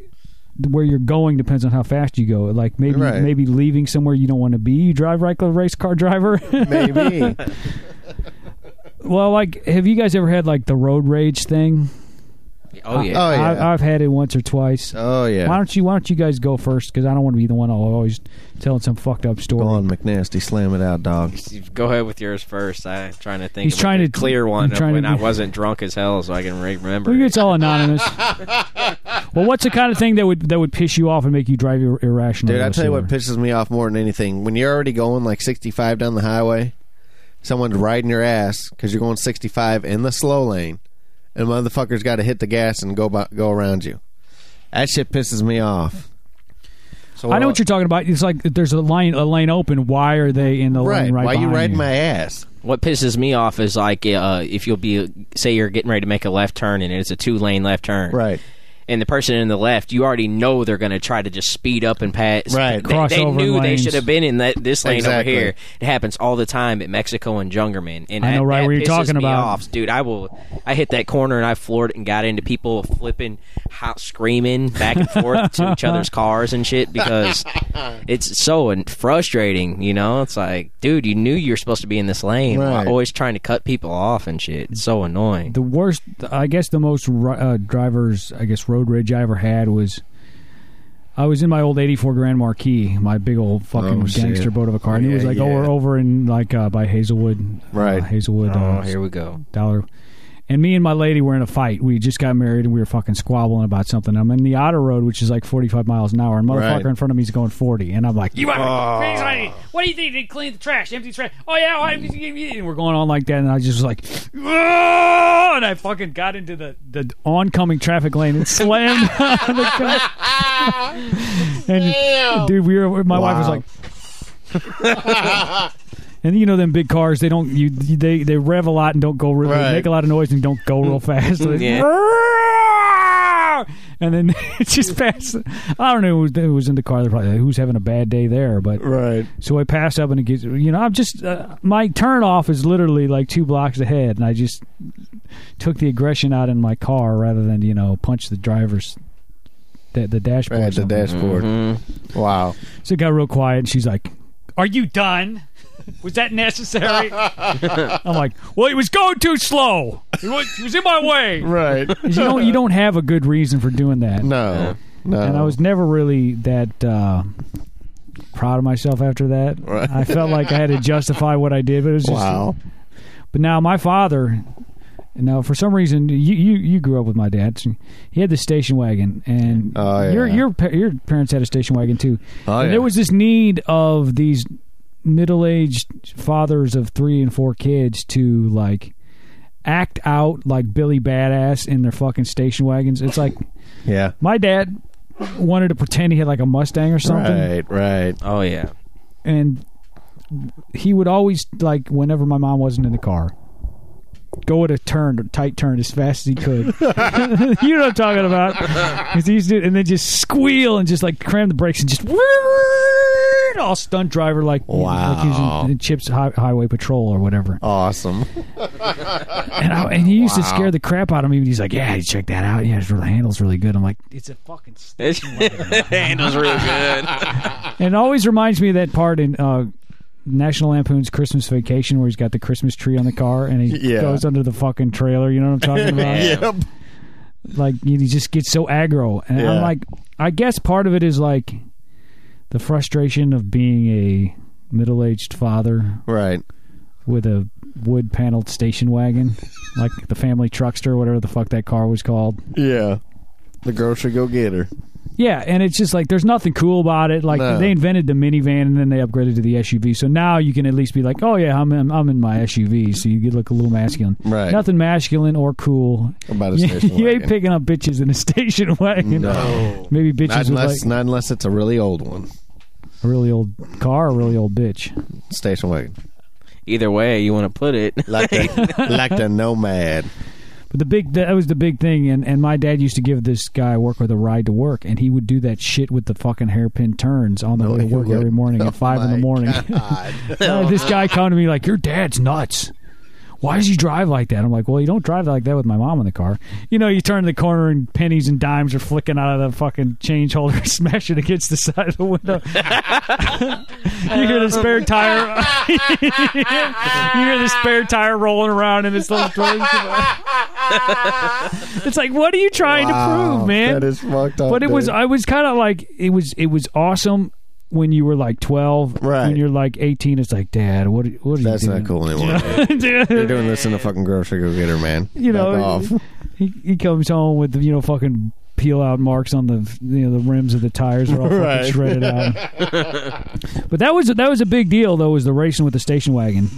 S1: where you're going depends on how fast you go. Like maybe
S2: Right.
S1: maybe leaving somewhere you don't want to be, you drive like a race car driver.
S2: Maybe.
S1: well, like have you guys ever had like the road rage thing?
S3: Oh yeah.
S2: Oh, yeah.
S1: I, I've had it once or twice.
S2: oh
S1: Why
S2: yeah.
S1: don't you Why don't you guys go first? Because I don't want to be the one always telling some fucked up story.
S2: Go on, McNasty, slam it out, dog.
S3: Go ahead with yours first. I'm trying to think.
S1: He's
S3: of
S1: trying
S3: a
S1: to-
S3: clear
S1: I'm
S3: one of
S1: trying to
S3: when I
S1: be-
S3: wasn't drunk as hell, so I can re- remember.
S1: Figure
S3: it.
S1: it's all anonymous. well, what's the kind of thing that would that would piss you off and make you drive ir- irrationally?
S2: Dude, I
S1: though,
S2: tell you what
S1: Seaver?
S2: pisses me off more than anything. When you're already going like 65 down the highway, someone's riding your ass because you're going 65 in the slow lane, and motherfucker's got to hit the gas and go by, go around you. That shit pisses me off. So
S1: I know what you're talking about. It's like there's a line a lane open. Why are they in the
S2: right.
S1: lane right
S2: Why you
S1: behind
S2: riding my ass?
S3: What pisses me off is like uh, if you'll be say you're getting ready to make a left turn and it's a two lane left turn,
S2: Right.
S3: And the person in the left, you already know they're going to try to just speed up and pass.
S2: Right.
S3: They, they
S1: Crossover
S3: knew they
S1: lanes.
S3: should have been in that this lane
S2: Exactly.
S3: over here. It happens all the time at Mexico and Jungerman. And
S1: I know
S3: that-
S1: right
S3: that
S1: what you're
S3: pisses
S1: talking
S3: me
S1: about.
S3: off. dude. I will. I hit that corner and I floored it and got into people flipping, hot, screaming back and forth to each other's cars and shit because it's so and frustrating. You know, it's like, dude, you knew you were supposed to be in this lane.
S2: Right.
S3: Always trying to cut people off and shit. It's so annoying.
S1: The worst, I guess, the most ri- uh, drivers, I guess, road rage I ever had was. I was in my old '84 Grand Marquis, my big old fucking
S2: Oh, shit.
S1: gangster boat of a car, and it
S2: Yeah,
S1: was like
S2: yeah.
S1: over over in like uh, by Hazelwood,
S2: Right.
S1: Uh, Hazelwood,
S3: Oh,
S1: uh,
S3: here we go.
S1: dollar. And me and my lady were in a fight. We just got married and we were fucking squabbling about something. I'm in the auto road, which is like 45 miles an hour, and motherfucker
S2: Right.
S1: in front of me is going 40, and I'm like, "You are
S2: Oh.
S1: crazy lady. What do you think? They clean the trash, empty the trash. Oh yeah, why and we're going on like that, and I just was like, "Oh," and I fucking got into the the oncoming traffic lane and slammed on the car. and dude, we were my wife was
S2: Wow.
S1: like. And you know them big cars, they don't you they they rev a lot and don't go real,
S2: Right.
S1: they make a lot of noise and don't go real fast. Like,
S3: Yeah.
S1: "Roar!" And then it just passed. I don't know who was, who was in the car. They're probably like, who's having a bad day there, but
S2: Right.
S1: so I pass up and it gets you know I'm just uh, my turn off is literally like two blocks ahead, and I just took the aggression out in my car rather than you know punch the driver's the, the dashboard. or
S2: Right. The
S1: something.
S2: dashboard.
S1: Mm-hmm.
S2: Wow.
S1: So it got real quiet, and she's like, "Are you done? Was that necessary?" I'm like, "Well, it was going too slow. It was, it was in my way."
S2: Right.
S1: 'Cause You don't you don't have a good reason for doing that.
S2: No. No.
S1: And I was never really that uh, proud of myself after that.
S2: Right.
S1: I felt like I had to justify what I did, but it was just.
S2: wow.
S1: But now my father. Now, for some reason, you, you, you grew up with my dad. He had the station wagon, and
S2: Oh, yeah.
S1: your your pa- your parents had a station wagon too.
S2: Oh,
S1: And
S2: yeah.
S1: There was this need of these middle aged fathers of three and four kids to like act out like Billy Badass in their fucking station wagons. It's like
S2: Yeah.
S1: my dad wanted to pretend he had like a Mustang or something,
S2: Right. Right.
S3: Oh yeah.
S1: and he would always like whenever my mom wasn't in the car. Go at a turn, a tight turn, as fast as he could. you know what I'm talking about. 'Cause he used to, and then just squeal and just like cram the brakes and just all stunt driver like, like he
S2: Wow.
S1: was in, in Chips Hi- Highway Patrol or whatever.
S2: Awesome.
S1: And, I, and he used to
S2: Wow.
S1: scare the crap out of me. And he's like, "Yeah, you check that out. Yeah, it's really, the handle's really good." I'm like, "It's a fucking." St-.
S3: handles real good.
S1: And it always reminds me of that part in uh, National Lampoon's Christmas Vacation where he's got the Christmas tree on the car and he
S2: Yeah.
S1: goes under the fucking trailer. You know what I'm talking about?
S2: yep.
S1: Like he just gets so aggro, and
S2: Yeah.
S1: I'm like, I guess part of it is like the frustration of being a middle-aged father
S2: Right.
S1: with a wood-paneled station wagon, like the family truckster, whatever the fuck that car was called.
S2: Yeah. The grocery go getter.
S1: Yeah, and it's just like there's nothing cool about it. Like
S2: No.
S1: they invented the minivan and then they upgraded to the SUV, so now you can at least be like, oh yeah, I'm I'm, I'm in my SUV, so you look a little masculine.
S2: Right.
S1: Nothing masculine or cool.
S2: About a
S1: You,
S2: station
S1: you ain't
S2: wagon.
S1: picking up bitches in a station wagon.
S2: No.
S1: Maybe
S2: Not
S1: bitches with
S2: unless,
S1: like
S2: not unless it's a really old one.
S1: a really old car, a really old bitch.
S2: Station wagon.
S3: Either way you want to put it.
S2: Like the, like the Nomad.
S1: But the big that was the big thing, and and my dad used to give this guy I work with a ride to work, and he would do that shit with the fucking hairpin turns on the way to
S2: he
S1: work
S2: would.
S1: every morning at
S2: Oh
S1: five in the
S2: my
S1: morning.
S2: God.
S1: Uh, this guy come to me like, "Your dad's nuts. why does he drive like that? I'm like, well, you don't drive like that with my mom in the car. You know, you turn the corner and pennies and dimes are flicking out of the fucking change holder, smashing against the side of the window. you hear the spare tire. you hear the spare tire rolling around in its little thing. it's like, what are you trying to
S2: Wow,
S1: prove, man?
S2: That is fucked up.
S1: but it was
S2: dude.
S1: I was kind of like it was it was awesome when you were like 12
S2: Right.
S1: when you're like 18 it's like dad what are- what are
S2: That's
S1: you
S2: not
S1: doing
S2: cool anymore. You're doing this in a fucking grocery go getter, man.
S1: you know
S2: Back off.
S1: He, he comes home with you know fucking peel out marks on the you know the rims of the tires are all
S2: Right.
S1: fucking shredded out but that was that was a big deal though was the racing with the station wagon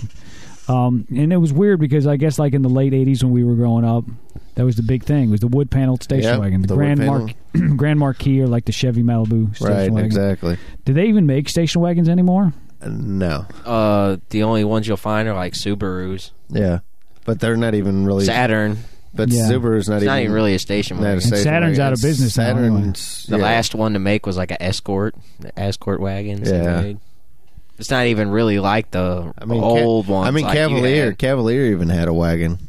S1: um, and it was weird because I guess like in the late 80s when we were growing up that was the big thing was the wood paneled station
S2: Yep,
S1: wagon the,
S2: the wood
S1: Grand
S2: panel.
S1: Mark Grand Marquis or like the Chevy Malibu station
S2: Right,
S1: wagon
S2: exactly.
S1: do they even make station wagons anymore?
S2: No.
S3: Uh, the only ones you'll find are like Subarus,
S2: Yeah. But they're not even really.
S3: Saturn.
S2: But
S1: Yeah.
S2: Subaru's not
S3: It's
S2: even.
S3: not even really a station
S2: not a
S3: wagon.
S2: station
S1: Saturn's
S2: wagon.
S1: out of business now, anyway.
S2: Saturn's.
S3: The
S2: yeah.
S3: last one to make was like an escort, the escort wagons.
S2: Yeah.
S3: Yeah. It's not even really like the
S2: I mean,
S3: old
S2: Ca-
S3: ones.
S2: I mean,
S3: like you
S2: Cavalier.
S3: had.
S2: Cavalier even had a wagon.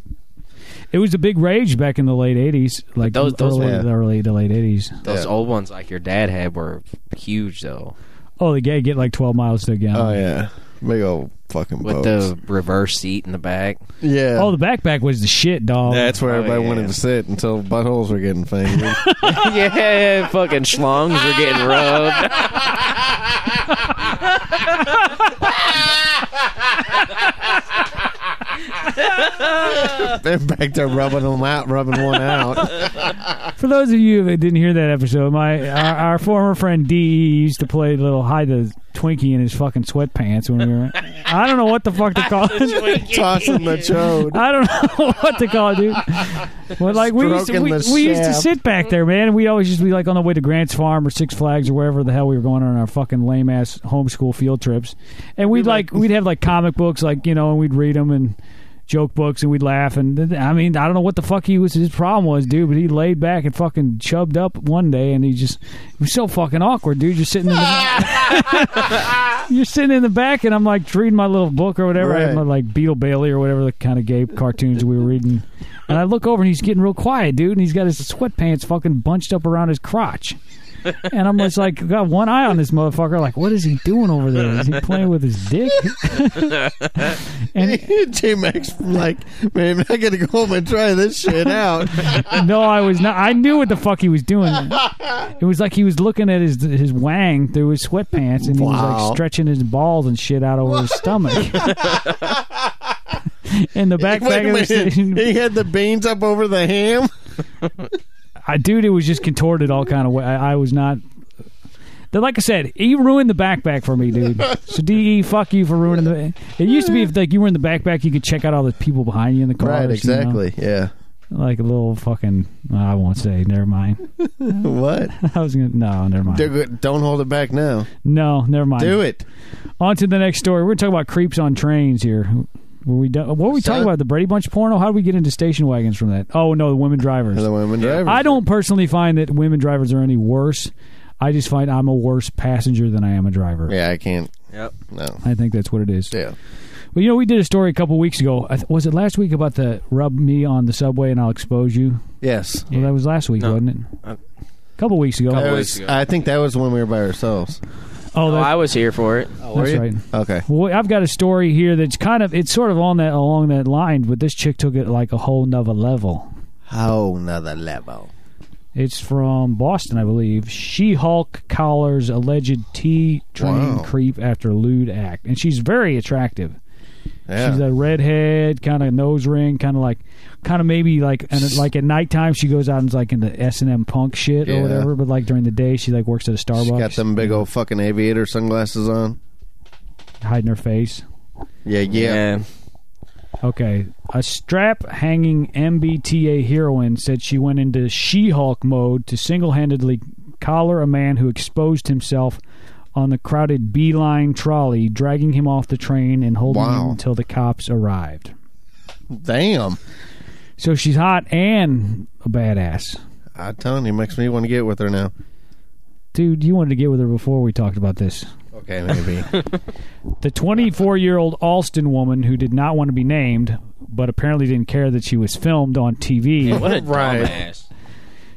S1: It was a big rage back in the late '80s, like
S3: those- those-
S1: early,
S2: yeah.
S1: the early to late '80s.
S3: Those
S2: Yeah.
S3: old ones like your dad had were huge though,
S1: Oh, the guy get like 12 miles to a gallon.
S2: Oh yeah, big old fucking
S3: with
S2: boats.
S3: the reverse seat in the back.
S2: yeah.
S1: Oh, the backpack was the shit, dog.
S2: That's where
S3: Oh,
S2: everybody
S3: yeah.
S2: wanted to sit until buttholes were getting fingered.
S3: yeah, fucking schlongs are getting rubbed.
S2: They're back there rubbing them out, rubbing one out.
S1: For those of you that didn't hear that episode, my our, our former friend D E used to play little hide the Twinkie in his fucking sweatpants when we were. I don't know what the fuck to call it.
S2: Tossing the chode.
S1: I don't know what to call it, dude. Well, like we used to,
S2: Stroking
S1: we,
S2: the
S1: we used to
S2: shaft.
S1: sit back there, man. And we always used to be like on the way to Grant's Farm or Six Flags or wherever the hell we were going on our fucking lame ass homeschool field trips. And we'd like we'd have like comic books, like you know, and we'd read them and joke books, and we'd laugh. And th- I mean, I don't know what the fuck he was his problem was, dude. But he laid back and fucking chubbed up one day, and he just it was so fucking awkward, dude. You're sitting in the you're sitting in the back, and I'm like reading my little book or whatever. I had
S2: Right.
S1: my like Beetle Bailey or whatever the kind of gay cartoons we were reading. And I look over and he's getting real quiet, dude, and he's got his sweatpants fucking bunched up around his crotch. And I'm just like, got one eye on this motherfucker. Like, what is he doing over there? Is he playing with his dick? and
S2: J Max like, man, I gotta go home and try this shit out.
S1: no, I was not. I knew what the fuck he was doing. It was like he was looking at his his wang through his sweatpants, and he was
S2: Wow.
S1: like stretching his balls and shit out over his stomach. In the back
S2: Wait
S1: bag
S2: a
S1: of the
S2: minute.
S1: station,
S2: He had the beans up over the ham.
S1: I dude, it was just contorted all kind of way. I, I was not. But Like I said, he ruined the backpack for me, dude. So de fuck you for ruining the. It used to be if like you were in the backpack, you could check out all the people behind you in the car.
S2: Right, exactly. Yeah.
S1: Like a little fucking. I won't say. Never mind.
S2: What?
S1: I was gonna. No, never mind.
S2: Do- Don't hold it back now.
S1: No, never mind.
S2: Do it.
S1: On to the next story. We're talking about creeps on trains here. Were we done? What were we talking
S2: Son.
S1: about? The Brady Bunch porno? How do we get into station wagons from that? Oh no, the women drivers.
S2: The women drivers.
S1: I don't personally find that women drivers are any worse. I just find I'm a worse passenger than I am a driver.
S2: Yeah, I can't.
S3: Yep.
S2: No.
S1: I think that's what it is.
S2: Yeah.
S1: Well, you know, we did a story a couple weeks ago. I th- Was it last week about the rub me on the subway and I'll expose you?
S2: Yes.
S1: Well, that was last week,
S3: No.
S1: wasn't it?
S3: Uh,
S1: a couple weeks ago.
S2: That
S3: Couple-
S2: was, I think that was when we were by ourselves.
S1: oh,
S3: Oh, I
S1: that,
S3: was here for it.
S2: Oh,
S1: that's right.
S2: Okay.
S1: Well, I've got a story here that's kind of it's sort of on that along that line, but this chick took it like a whole nother level.
S2: Whole nother level.
S1: It's from Boston, I believe. She Hulk collars alleged T train
S2: Wow.
S1: creep after lewd act. And she's very attractive.
S2: Yeah.
S1: She's a redhead, kind of nose ring, kind of like, kind of maybe like, and like at nighttime she goes out and's like in the S and M punk shit
S2: Yeah.
S1: or whatever. But like during the day she like works at a Starbucks,
S2: She got them big old fucking aviator sunglasses on.
S1: hiding her face.
S2: Yeah, yeah.
S1: Okay, a strap hanging MBTA heroine said she went into She Hulk mode to single handedly collar a man who exposed himself on the crowded Beeline trolley, dragging him off the train and holding him
S2: Wow.
S1: until the cops arrived.
S2: Damn.
S1: So she's hot and a badass.
S2: I'm telling you, makes me want to get with her now.
S1: Dude, you wanted to get with her before we talked about this.
S2: Okay, maybe.
S1: The 24 year old Alston woman who did not want to be named but apparently didn't care that she was filmed on TV.
S3: What a
S2: Right.
S3: dumbass.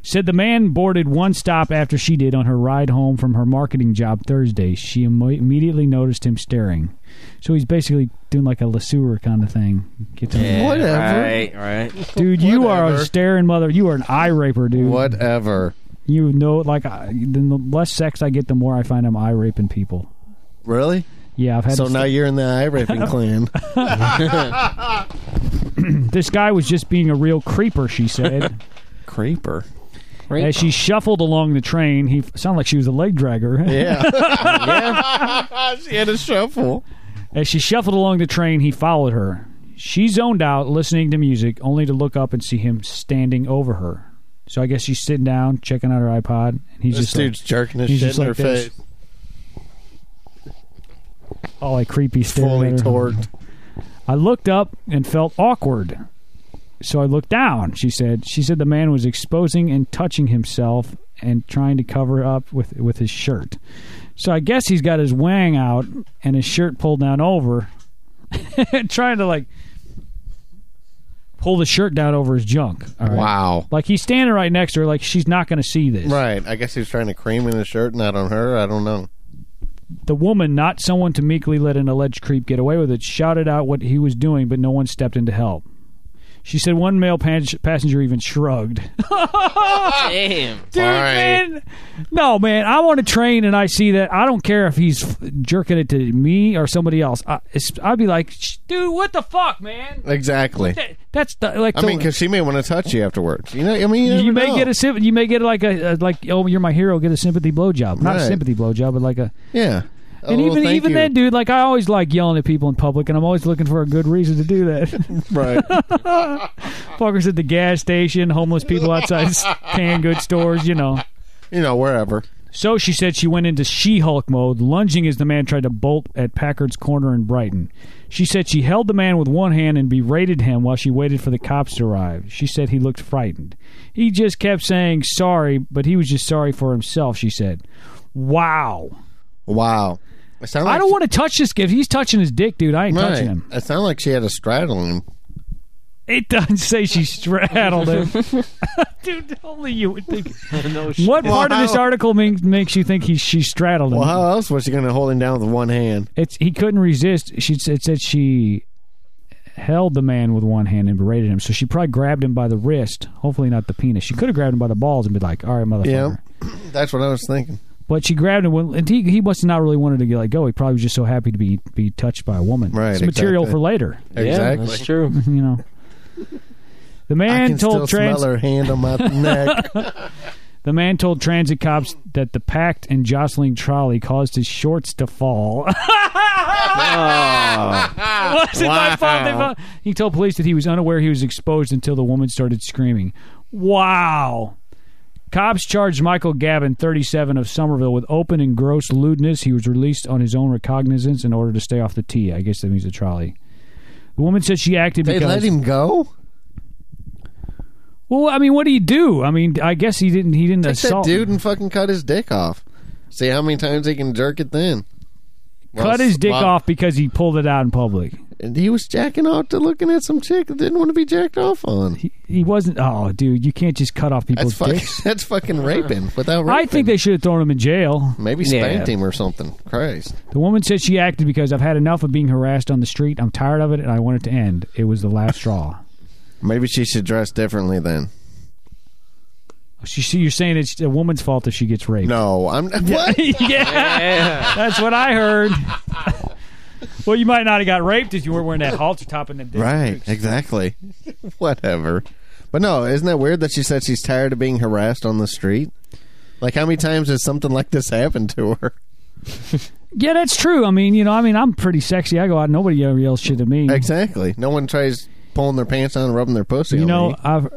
S1: Said the man boarded one stop after she did on her ride home from her marketing job Thursday. She Im- immediately noticed him staring. So he's basically doing like a LeSueur kind of thing. Gets him-
S2: Whatever.
S3: Right, right.
S1: Dude, you are a
S2: Whatever.
S1: staring mother. You are an eye raper, dude.
S2: Whatever.
S1: You know, like, I, the the less sex I get, the more I find I'm eye raping people.
S2: Really?
S1: Yeah, I've had
S2: So
S1: this,
S2: now you're in the eye raping clan.
S1: this guy was just being a real creeper, she said.
S2: Creeper.
S1: As she shuffled along the train, he sounded like she was a leg dragger.
S2: Yeah. she had a shuffle.
S1: As she shuffled along the train, he followed her. She zoned out, listening to music, only to look up and see him standing over her. So I guess she's sitting down, checking out her iPod, and he's
S2: This
S1: just
S2: dude's jerking his
S1: he's
S2: shit
S1: just
S2: in her
S1: like this.
S2: face.
S1: like, all like creepy staring.
S2: Fully
S1: at her.
S2: torqued.
S1: I looked up and felt awkward. So I looked down, she said. She said the man was exposing and touching himself and trying to cover up with, with his shirt. So I guess he's got his wang out and his shirt pulled down over, trying to like pull the shirt down over his junk. all right?
S2: Wow.
S1: Like he's standing right next to her, like she's not going to see this.
S2: Right. I guess he was trying to cream in his shirt, not on her. I don't know.
S1: The woman, not someone to meekly let an alleged creep get away with it, shouted out what he was doing, but no one stepped in to help. She said one male pan- passenger even shrugged.
S3: Damn.
S1: Dude,
S2: Fine.
S1: man. No, man. I'm on a train and I see that. I don't care if he's f- jerking it to me or somebody else. I, it's, I'd be like, "Shh, dude, what the fuck, man?
S2: Exactly.
S1: That- that's the, like.
S2: I
S1: the-
S2: mean, because she may want to touch you afterwards. You know, I mean,
S1: you
S2: never
S1: may
S2: know.
S1: get a symp- you may get like a, a like oh you're my hero get a sympathy blowjob not a
S2: Right.
S1: sympathy blowjob but like a
S2: yeah. A
S1: and
S2: little
S1: even
S2: Oh, thank
S1: even
S2: you.
S1: then dude like I always like yelling at people in public and I'm always looking for a good reason to do that
S2: right?
S1: fuckers at the gas station homeless people outside canned goods stores you know
S2: you know, wherever.
S1: So she said she went into She Hulk mode, lunging as the man tried to bolt at Packard's corner in Brighton. She said she held the man with one hand and berated him while she waited for the cops to arrive. She said he looked frightened. He just kept saying sorry, but he was just sorry for himself, she said. Wow.
S2: Wow. It sounded
S1: I
S2: like
S1: don't want to touch this gift. He's touching his dick, dude. I ain't
S2: right.
S1: touching him.
S2: It sounded like she had a straddle him.
S1: It doesn't say she straddled him. dude, only you would think. What part of this
S2: Wow.
S1: article mean, makes you think he, she straddled him?
S2: Well, how else was she going to hold him down with one hand?
S1: It's he couldn't resist. She said, said she held the man with one hand and berated him. So she probably grabbed him by the wrist. Hopefully not the penis. She could have grabbed him by the balls and been like, "All right, motherfucker."
S2: Yeah, that's what I was thinking.
S1: But she grabbed him. When, and he he must have not really wanted to get let go. He probably was just so happy to be be touched by a woman.
S2: Right,
S1: It's material
S2: exactly.
S1: for later.
S2: Exactly.
S3: that's true.
S1: You know. The
S2: I
S1: man
S2: can still
S1: told trans
S2: smell her hand on my neck.
S1: the man told transit cops that the packed and jostling trolley caused his shorts to fall. wasn't my fault. They
S2: Wow.
S1: fo- He told police that he was unaware he was exposed until the woman started screaming. Wow. Cops charged Michael Gavin, 37 of Somerville, with open and gross lewdness. He was released on his own recognizance in order to stay off the T. I guess that means the trolley. The woman said she acted
S2: They
S1: because.
S2: let him go.
S1: well, I mean, what do you do? I mean, I guess he didn't. He didn't
S2: Take that
S1: assault.
S2: dude and fucking cut his dick off. See how many times he can jerk it then.
S1: cut his dick off because he pulled it out in public.
S2: And he was jacking off to looking at some chick that didn't want to be jacked off on.
S1: He, he wasn't. Oh, dude, you can't just cut off
S2: That's
S1: people's
S2: fucking.
S1: dicks.
S2: That's fucking raping without raping.
S1: I think they should have thrown him in jail.
S2: maybe
S3: Yeah.
S2: spanked him or something. Christ.
S1: The woman said she acted because I've had enough of being harassed on the street. I'm tired of it and I want it to end. It was the last straw.
S2: Maybe she should dress differently then.
S1: She, she, you're saying it's a woman's fault if she gets raped.
S2: No, I'm what?
S1: yeah,
S3: Yeah.
S1: that's what I heard. well, you might not have got raped if you weren't wearing that halter top and the
S2: Right, exactly. Whatever. But no, isn't that weird that she said she's tired of being harassed on the street? Like, how many times has something like this happened to her?
S1: Yeah, that's true. I mean, you know, I mean, I'm pretty sexy. I go out. Nobody ever yells shit at me.
S2: Exactly. No one tries pulling their pants on and rubbing their pussy.
S1: You
S2: on
S1: know,
S2: me.
S1: I've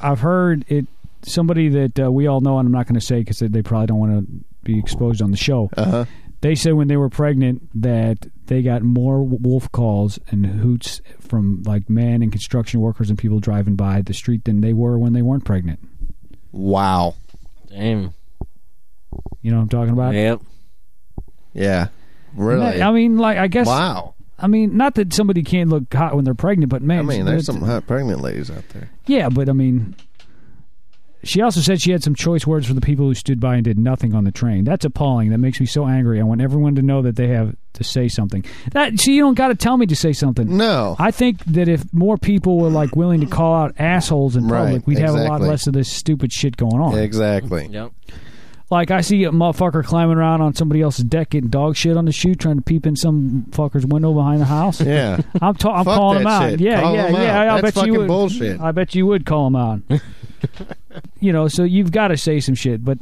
S1: I've heard it. Somebody that uh, we all know, and I'm not going to say because they probably don't want to be exposed on the show.
S2: Uh-huh.
S1: They said when they were pregnant that they got more wolf calls and hoots from like men and construction workers and people driving by the street than they were when they weren't pregnant.
S2: Wow.
S3: Damn.
S1: You know what I'm talking about?
S3: Yep.
S2: Yeah.
S1: Isn't
S2: Really.
S1: that- I mean, like I guess
S2: wow.
S1: I mean, not that somebody can't look hot when they're pregnant, but man,
S2: I mean, there's
S1: that-
S2: some hot pregnant ladies out there.
S1: Yeah, but I mean, she also said she had some choice words for the people who stood by and did nothing on the train. That's appalling. That makes me so angry. I want everyone to know that they have to say something. That see, you don't got to tell me to say something.
S2: No,
S1: I think that if more people were like willing to call out assholes in public,
S2: Right,
S1: we'd have a lot
S2: exactly.
S1: less of this stupid shit going on.
S2: exactly.
S3: Yep.
S1: Like I see a motherfucker climbing around on somebody else's deck, getting dog shit on the shoe, trying to peep in some fucker's window behind the house.
S2: Yeah,
S1: I'm, ta- I'm
S2: Fuck
S1: calling
S2: that
S1: him out.
S2: shit.
S1: Yeah,
S2: Call
S1: yeah,
S2: him out.
S1: yeah. I, I
S2: That's
S1: bet
S2: fucking
S1: you would,
S2: bullshit.
S1: I bet you would call him out. you know, so you've got to say some shit. But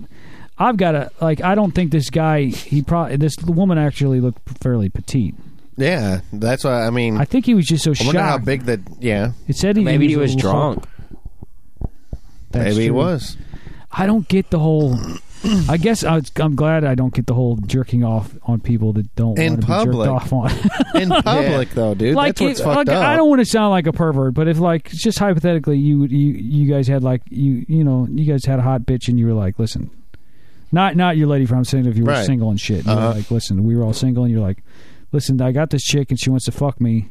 S1: I've got to like. I don't think this guy. He probably this woman actually looked fairly petite.
S2: yeah. That's why I mean.
S1: I
S2: I
S1: think he was just so
S2: wonder how
S1: shocked.
S2: big that. Yeah,
S1: It said he
S3: Maybe he
S1: a
S3: was
S1: little
S3: drunk.
S1: short. That's
S2: maybe it
S1: true.
S2: was.
S1: I don't get the whole. I guess I was, I'm glad I don't get the whole jerking off on people that don't
S2: In
S1: want to
S2: public.
S1: be jerked off on.
S2: in public though, dude.
S1: like,
S2: that's what's
S1: if-
S2: fucked
S1: like,
S2: up.
S1: I don't want to sound like a pervert, but if like just hypothetically you you you guys had like you you know you guys had a hot bitch and you were like, listen, not not your lady friend, I'm saying if you were
S2: Right.
S1: single and shit, and you were
S2: Uh-huh.
S1: like, listen, we were all single, and you're like, listen, I got this chick and she wants to fuck me.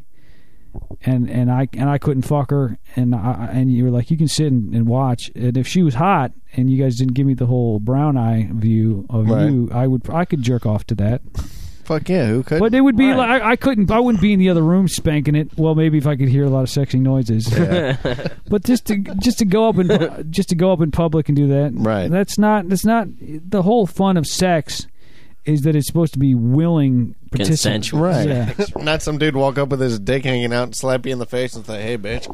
S1: And and I and I couldn't fuck her and I and you were like you can sit and, and watch and if she was hot and you guys didn't give me the whole brown eye view of
S2: Right.
S1: you I would I could jerk off to that
S2: Fuck yeah, who could?
S1: but it would be
S3: Right.
S1: like I, I couldn't. I wouldn't be in the other room spanking it. Well, maybe if I could hear a lot of sexy noises. but just to just to go up and just to go up in public and do that.
S2: Right.
S1: That's not. That's not the whole fun of sex. Is that it's supposed to be willing participants.
S3: Consensual.
S2: right?
S1: Yeah.
S2: Not some dude walk up with his dick hanging out and slap you in the face and say, "Hey, bitch."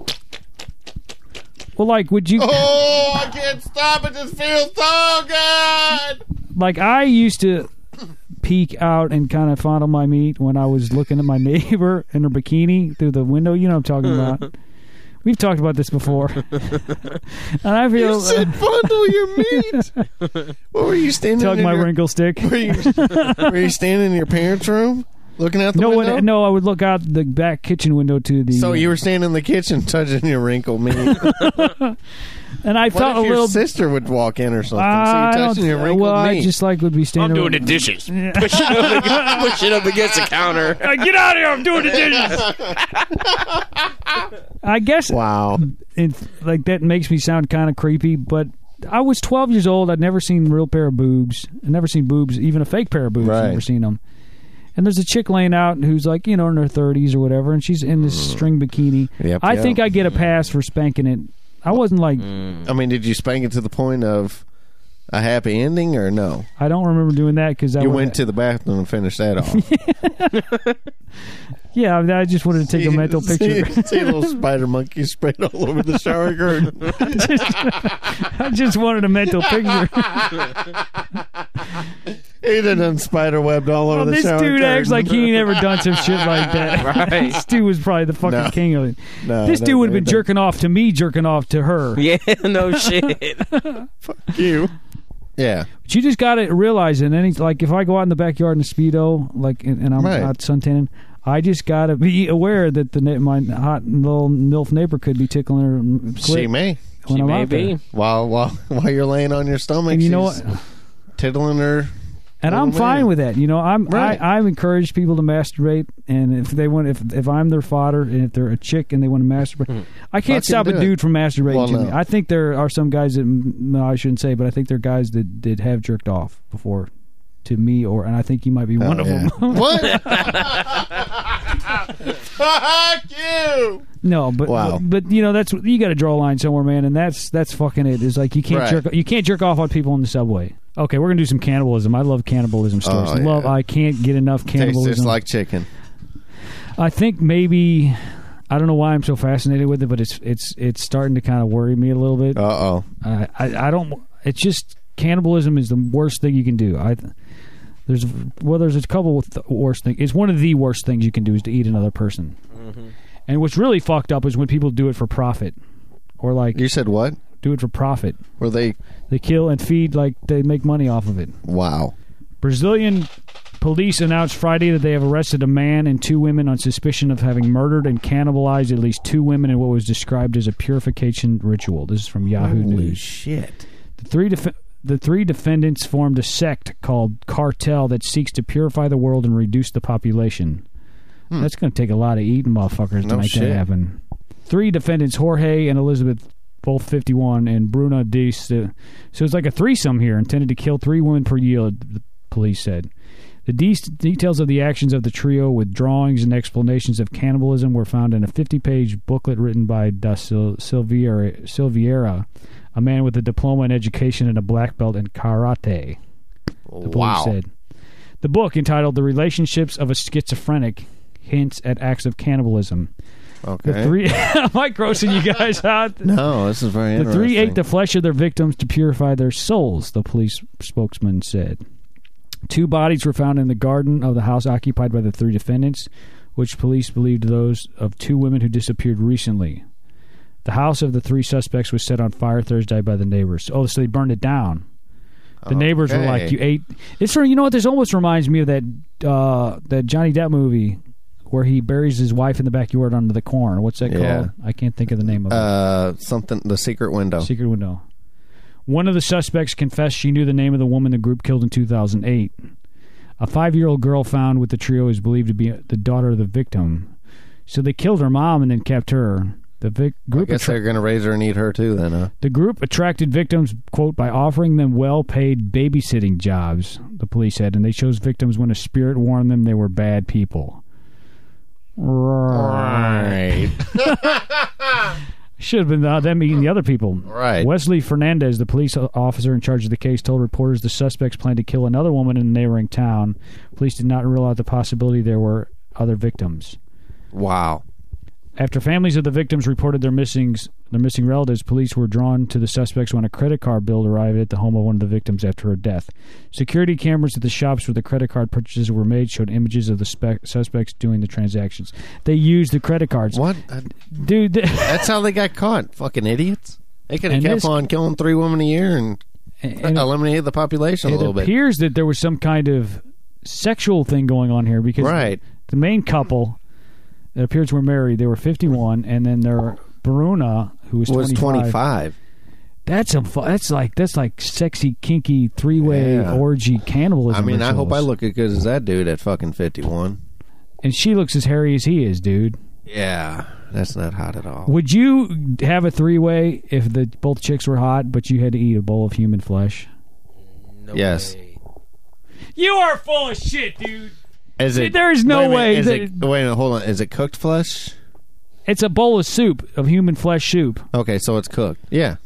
S1: Well, like, would you?
S2: Oh, I can't stop. It just feels so good.
S1: Like, I used to peek out and kind of fondle my meat when I was looking at my neighbor in her bikini through the window. You know what I'm talking about. We've talked about this before, and I feel
S2: You said bundle your meat. what were you standing?
S1: tug
S2: in
S1: my
S2: your,
S1: wrinkle stick.
S2: Were you, were you standing in your parents' room looking out the
S1: No,
S2: window?
S1: one, no, I would look out the back kitchen window to the.
S2: So you were standing in the kitchen touching your wrinkle meat. what
S1: and I felt
S2: if
S1: a
S2: your
S1: little.
S2: sister would walk in or something?
S1: I
S2: so you
S1: don't-
S2: touching your wrinkled
S1: well,
S2: meat.
S1: I just like would be standing. around-
S3: dishes. Push it up against, push it up against the counter.
S1: Uh, Get out of here! I'm doing the dishes. I guess
S2: wow.
S1: it, like that makes me sound kind of creepy, but I was 12 years old. I'd never seen a real pair of boobs. I'd never seen boobs, even a fake pair of boobs.
S2: Right.
S1: Never seen them. And there's a chick laying out who's like, you know, in her 30s or whatever, and she's in this string bikini.
S2: Mm. Yep,
S1: I
S2: yep.
S1: think I get a pass for spanking it. I wasn't like,
S2: I mean, did you spank it to the point of a happy ending or no?
S1: I don't remember doing that because I
S2: You
S1: would-
S2: went to the bathroom and finished that off.
S1: Yeah, I mean, I just wanted to take a mental
S2: See-
S1: picture.
S2: See, a little spider monkey sprayed all over the shower curtain.
S1: I just wanted a mental picture.
S2: He done spider webbed all over
S1: Well,
S2: the
S1: this
S2: shower
S1: dude
S2: curtain.
S1: acts like he ain't ever done some shit like that.
S3: Right.
S1: This dude was probably the fucking
S2: No.
S1: king of it.
S2: No,
S1: this
S2: no,
S1: dude would have
S2: no,
S1: been
S2: no.
S1: jerking off to me, jerking off to her.
S3: Yeah, no shit.
S2: you. Yeah,
S1: But you just got to realize, and any like if I go out in the backyard in a speedo, like and, and I'm
S2: Right.
S1: out suntanning, I just got to be aware that the na- my hot little milf neighbor could be tickling her mm,
S2: she
S1: clit
S2: may.
S1: when
S3: She
S1: I'm
S3: may
S1: out
S3: be.
S1: there.
S2: While while while you're laying on your stomach,
S1: And you know
S2: she's
S1: what?
S2: Tiddling her.
S1: and
S2: Little
S1: I'm fine
S2: man.
S1: with that. You know, I'm
S2: Right.
S1: I, I've encouraged people to masturbate, and if they want, if if I'm their fodder, and if they're a chick and they want to masturbate, I can't
S2: Fucking
S1: stop a
S2: Hmm. do it.
S1: dude from masturbating
S2: Well,
S1: to me.
S2: no.
S1: I think there are some guys that no, I shouldn't say, but I think there are guys that did have jerked off before to me, or and I think you might be one of them.
S2: Oh, what? Fuck you!
S1: No, but
S2: Wow.
S1: but you know that's you got to draw a line somewhere, man, and that's that's fucking it. It's like you can't
S2: Right.
S1: jerk you can't jerk off on people in the subway. Okay, we're gonna do some cannibalism. I love cannibalism stories.
S2: Oh, yeah.
S1: Love, I can't get enough
S2: Tastes
S1: cannibalism.
S2: just like chicken.
S1: I think maybe I don't know why I'm so fascinated with it, but it's it's it's starting to kind of worry me a little bit.
S2: Uh oh.
S1: I I, I don't. It's just cannibalism is the worst thing you can do. I there's well there's a couple of th- worst things. It's one of the worst things you can do is to eat another person. And what's really fucked up is when people do it for profit, or like
S2: You said what?
S1: do it for profit.
S2: Were they?
S1: They kill and feed like they make money off of it.
S2: Wow.
S1: Brazilian police announced Friday that they have arrested a man and two women on suspicion of having murdered and cannibalized at least two women in what was described as a purification ritual. This is from Yahoo News.
S2: shit!
S1: The three def- the three defendants formed a sect called Cartel that seeks to purify the world and reduce the population. That's going to take a lot of eating motherfuckers to
S2: Hmm. No
S1: make
S2: shit.
S1: that happen. Three defendants, Jorge and Elizabeth, both 51, and Bruna D. So it's like a threesome here, intended to kill three women per year, the police said. The de- details of the actions of the trio, with drawings and explanations of cannibalism, were found in a 50 page booklet written by Da Sil- Silviera, Silviera, a man with a diploma in education and a black belt in karate the police
S2: Wow.
S1: said. The book, entitled The Relationships of a Schizophrenic, hints at acts of cannibalism. The
S2: Okay.
S1: three Am I grossing you guys out?
S2: no, this is very
S1: The
S2: interesting.
S1: three ate the flesh of their victims to purify their souls, the police spokesman said. Two bodies were found in the garden of the house occupied by the three defendants, which police believed those of two women who disappeared recently. The house of the three suspects was set on fire Thursday by the neighbors. Oh, so they burned it down. The neighbors were like,
S2: Okay.
S1: "You ate." It's sort of, you know what? This almost reminds me of that uh, that Johnny Depp movie where he buries his wife in the backyard under the corn. What's that
S2: Yeah.
S1: called? I can't think of the name of it.
S2: uh, something. The secret window.
S1: Secret window. One of the suspects confessed she knew the name of the woman the group killed in 2008. A five year old girl found with the trio is believed to be the daughter of the victim. So they killed her mom and then kept her. The vic-
S2: I
S1: group
S2: guess
S1: attra-
S2: they're gonna raise her and eat her too. Then, huh?
S1: the group attracted victims, quote, by offering them well paid babysitting jobs, the police said, and they chose victims when a spirit warned them they were bad people.
S2: Right.
S1: Should have been uh, them eating the other people.
S2: Right.
S1: Wesley Fernandez, the police officer in charge of the case, told reporters the suspects planned to kill another woman in a neighboring town. Police did not rule out the possibility there were other victims.
S2: Wow.
S1: After families of the victims reported their missings, their missing relatives, police were drawn to the suspects when a credit card bill arrived at the home of one of the victims after her death. Security cameras at the shops where the credit card purchases were made showed images of the spec- suspects doing the transactions. They used the credit cards,
S2: What?
S1: dude. th-
S2: That's how they got caught. Fucking idiots. They could have
S1: And
S2: kept
S1: this-
S2: on killing three women a year and,
S1: and
S2: eliminated the population a
S1: it
S2: little bit.
S1: appears that there was some kind of sexual thing going on here because
S2: Right.
S1: the main couple that appears were married. They were 51, and then their Bruna, who was,
S2: was
S1: 25.
S2: 25.
S1: That's some. Fu- that's like that's like sexy, kinky, three way
S2: Yeah.
S1: orgy cannibalism.
S2: I mean, I hope I
S1: rituals.
S2: look as good as that dude at fucking 51.
S1: And she looks as hairy as he is, dude.
S2: Yeah. That's not hot at all.
S1: Would you have a three way if the both chicks were hot, but you had to eat a bowl of human flesh?
S3: No
S2: Yes.
S3: way.
S1: You are full of shit, dude.
S2: Is it,
S1: There is no
S2: wait a minute,
S1: way
S2: Is
S1: that-
S2: it, wait a minute, hold on. Is it cooked flesh?
S1: It's a bowl of soup of human flesh soup.
S2: Okay, so it's cooked. Yeah.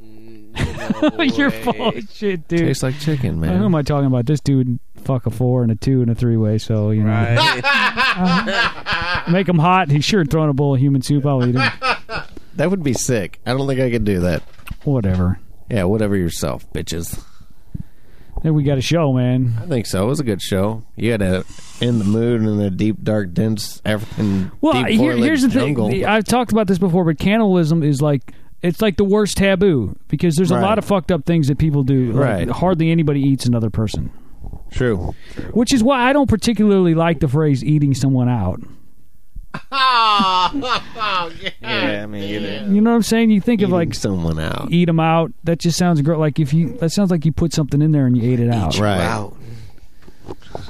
S3: No
S1: You're
S3: way.
S1: full of shit, dude.
S2: Tastes like chicken,
S1: Who
S2: man.
S1: am I talking about? This dude fuck a four and a two and a three way, so you know,
S3: Right.
S1: make him hot. He's sure throwing a bowl of human soup. I'll eat him.
S2: That would be sick. I don't think I could do that.
S1: Whatever.
S2: Yeah, whatever yourself, bitches.
S1: Then we got a show, man.
S2: I think so. It was a good show. You had a in the mood in a deep, dark, dense African.
S1: Well,
S2: deep
S1: here, here's the uh, thing.
S2: jungle.
S1: I've talked about this before, but cannibalism is like it's like the worst taboo because there's a
S2: Right.
S1: lot of fucked up things that people do. Like,
S2: Right.
S1: hardly anybody eats another person,
S2: True.
S1: which is why I don't particularly like the phrase "eating someone out."
S3: yeah, I mean, you know.
S1: You know what I'm saying? You think
S2: Eating
S1: of like
S2: someone out.
S1: eat them out. That just sounds great. Like if you that sounds like you put something in there and you ate it out.
S2: Right.
S3: Wow.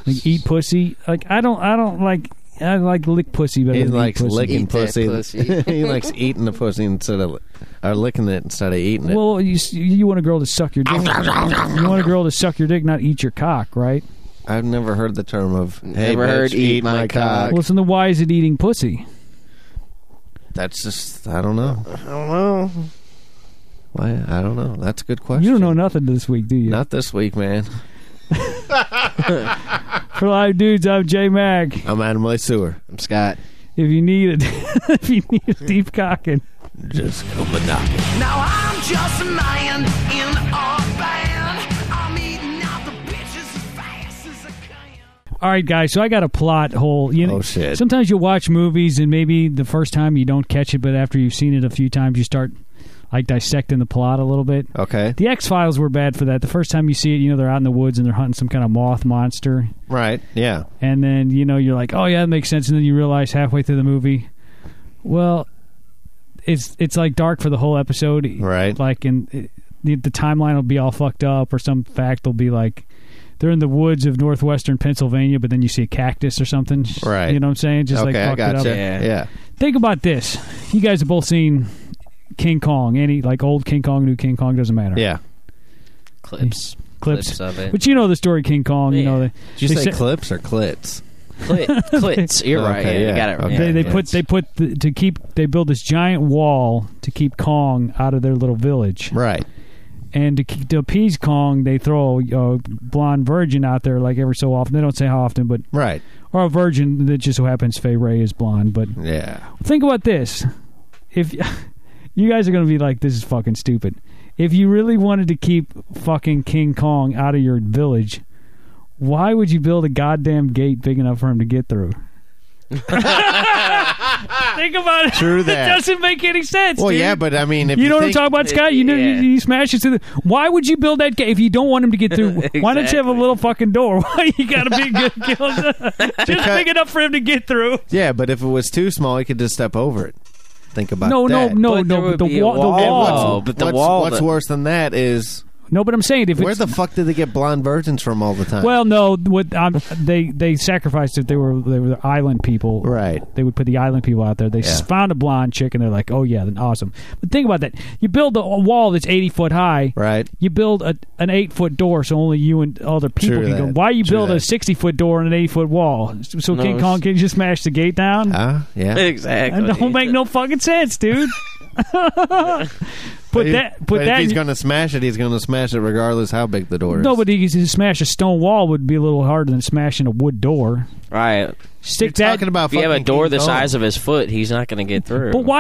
S1: Like eat pussy. Like I don't. I don't like. I like lick pussy better.
S2: He
S1: than
S2: likes
S1: eat pussy.
S2: licking
S3: Eat that
S2: pussy.
S3: pussy.
S2: he likes eating the pussy instead of or licking it instead of eating it.
S1: Well, you s- you want a girl to suck your dick. you want a girl to suck your dick, not eat your cock, right?
S2: I've never heard the term of. Hey,
S3: Never
S2: bitch,
S3: heard
S2: eat,
S3: eat
S2: my,
S3: my
S2: cock.
S3: cock.
S1: Well, so then why is it eating pussy?
S2: That's just I don't know.
S3: I don't know.
S2: Why I don't know. That's a good question.
S1: You don't know nothing this week, do you?
S2: Not this week, man.
S1: For live dudes, I'm J Mac.
S2: I'm Adam Lesueur.
S3: I'm Scott.
S1: If you need it, if you need a deep cocking.
S2: Just come a knocking.
S4: Now I'm just a man in a band. I'm eating out the bitches as fast as I can.
S1: All right, guys. So I got a plot hole. You know,
S2: Oh, shit.
S1: Sometimes you watch movies and maybe the first time you don't catch it, but after you've seen it a few times, you start like dissecting the plot a little bit.
S2: Okay.
S1: The X Files were bad for that. The first time you see it, you know they're out in the woods and they're hunting some kind of moth monster,
S2: Right. Yeah.
S1: and then you know you're like, oh yeah, that makes sense, and then you realize halfway through the movie, well, it's it's like dark for the whole episode,
S2: Right.
S1: Like, and it, the, the timeline will be all fucked up, or some fact will be like they're in the woods of northwestern Pennsylvania, but then you see a cactus or something.
S2: Right.
S1: You know what I'm saying? Just
S2: okay,
S1: like
S2: I
S1: fucked
S2: got
S1: it up.
S2: gotcha. you.
S3: Yeah.
S2: Yeah.
S1: Think about this. You guys have both seen King Kong, any like old King Kong, new King Kong, doesn't matter.
S2: yeah.
S3: Clips.
S1: Clips.
S3: of it.
S1: But you know the story of King Kong, you
S3: Yeah.
S1: know they,
S2: Did
S1: they
S2: you say
S1: said-
S2: clips or clits?
S3: Clit, clits. You're right.
S2: Okay,
S3: yeah,
S2: yeah.
S3: You got it.
S2: Okay.
S3: Yeah.
S1: they, they
S2: yeah.
S1: put they put the, to keep they build this giant wall to keep Kong out of their little village.
S2: Right.
S1: and to, keep- to appease Kong, they throw a a blonde virgin out there like every so often. They don't say how often, but
S2: Right.
S1: or a virgin that just so happens Faye Ray is blonde. But
S2: Yeah.
S1: think about this: if you guys are going to be like, "This is fucking stupid," if you really wanted to keep fucking King Kong out of your village, why would you build a goddamn gate big enough for him to get through? think about it.
S2: True that.
S1: it doesn't make any sense.
S2: Well,
S1: dude.
S2: yeah, but I mean, if
S1: You
S2: you,
S1: know what I'm
S2: think,
S1: talking about, Scott? You know, you-
S3: Yeah.
S1: you, smash it to the. Why would you build that gate if you don't want him to get through? Why don't you have a
S3: Exactly.
S1: little fucking door? Why you got to be good just big enough for him to get through.
S2: Yeah, but if it was too small, he could just step over it. Think about
S1: No, no,
S2: that.
S1: no,
S3: But
S1: no.
S3: there
S1: But the
S3: would be a
S1: wall, the
S3: wall.
S2: And what's-
S1: wall.
S3: Oh, but the
S2: what's,
S3: wall
S2: What's
S3: that-
S2: worse than that is
S1: No, but I'm saying if
S2: where
S1: it's
S2: the fuck did they get blonde virgins from all the time?
S1: well, no, what um, they they sacrificed it. They were they were island people,
S2: right.
S1: They would put the island people out there. They
S2: Yeah.
S1: found a blonde chick, and they're like, "Oh yeah, then awesome." But think about that. You build a a wall that's eighty foot high,
S2: Right.
S1: you build a, an eight foot door so only you and other people
S2: True
S1: can go.
S2: that.
S1: Why you
S2: True
S1: build a
S2: that.
S1: sixty foot door and an eight foot wall so so
S3: No,
S1: King
S3: it's-
S1: Kong can just smash the gate down?
S2: Ah, yeah.
S3: Exactly.
S1: that don't make no fucking sense, dude. put
S2: But
S1: that,
S2: but
S1: put that.
S2: If he's
S1: in-
S2: gonna smash it, he's gonna smash it regardless how big the door is.
S1: no, but he to smash a stone wall would be a little harder than smashing a wood door.
S3: Right.
S1: Stick
S2: You're
S1: that.
S2: talking about
S3: If you have a
S2: fucking
S3: door
S2: King
S3: the
S2: Kong.
S3: size of his foot, he's not going to get through.
S1: but why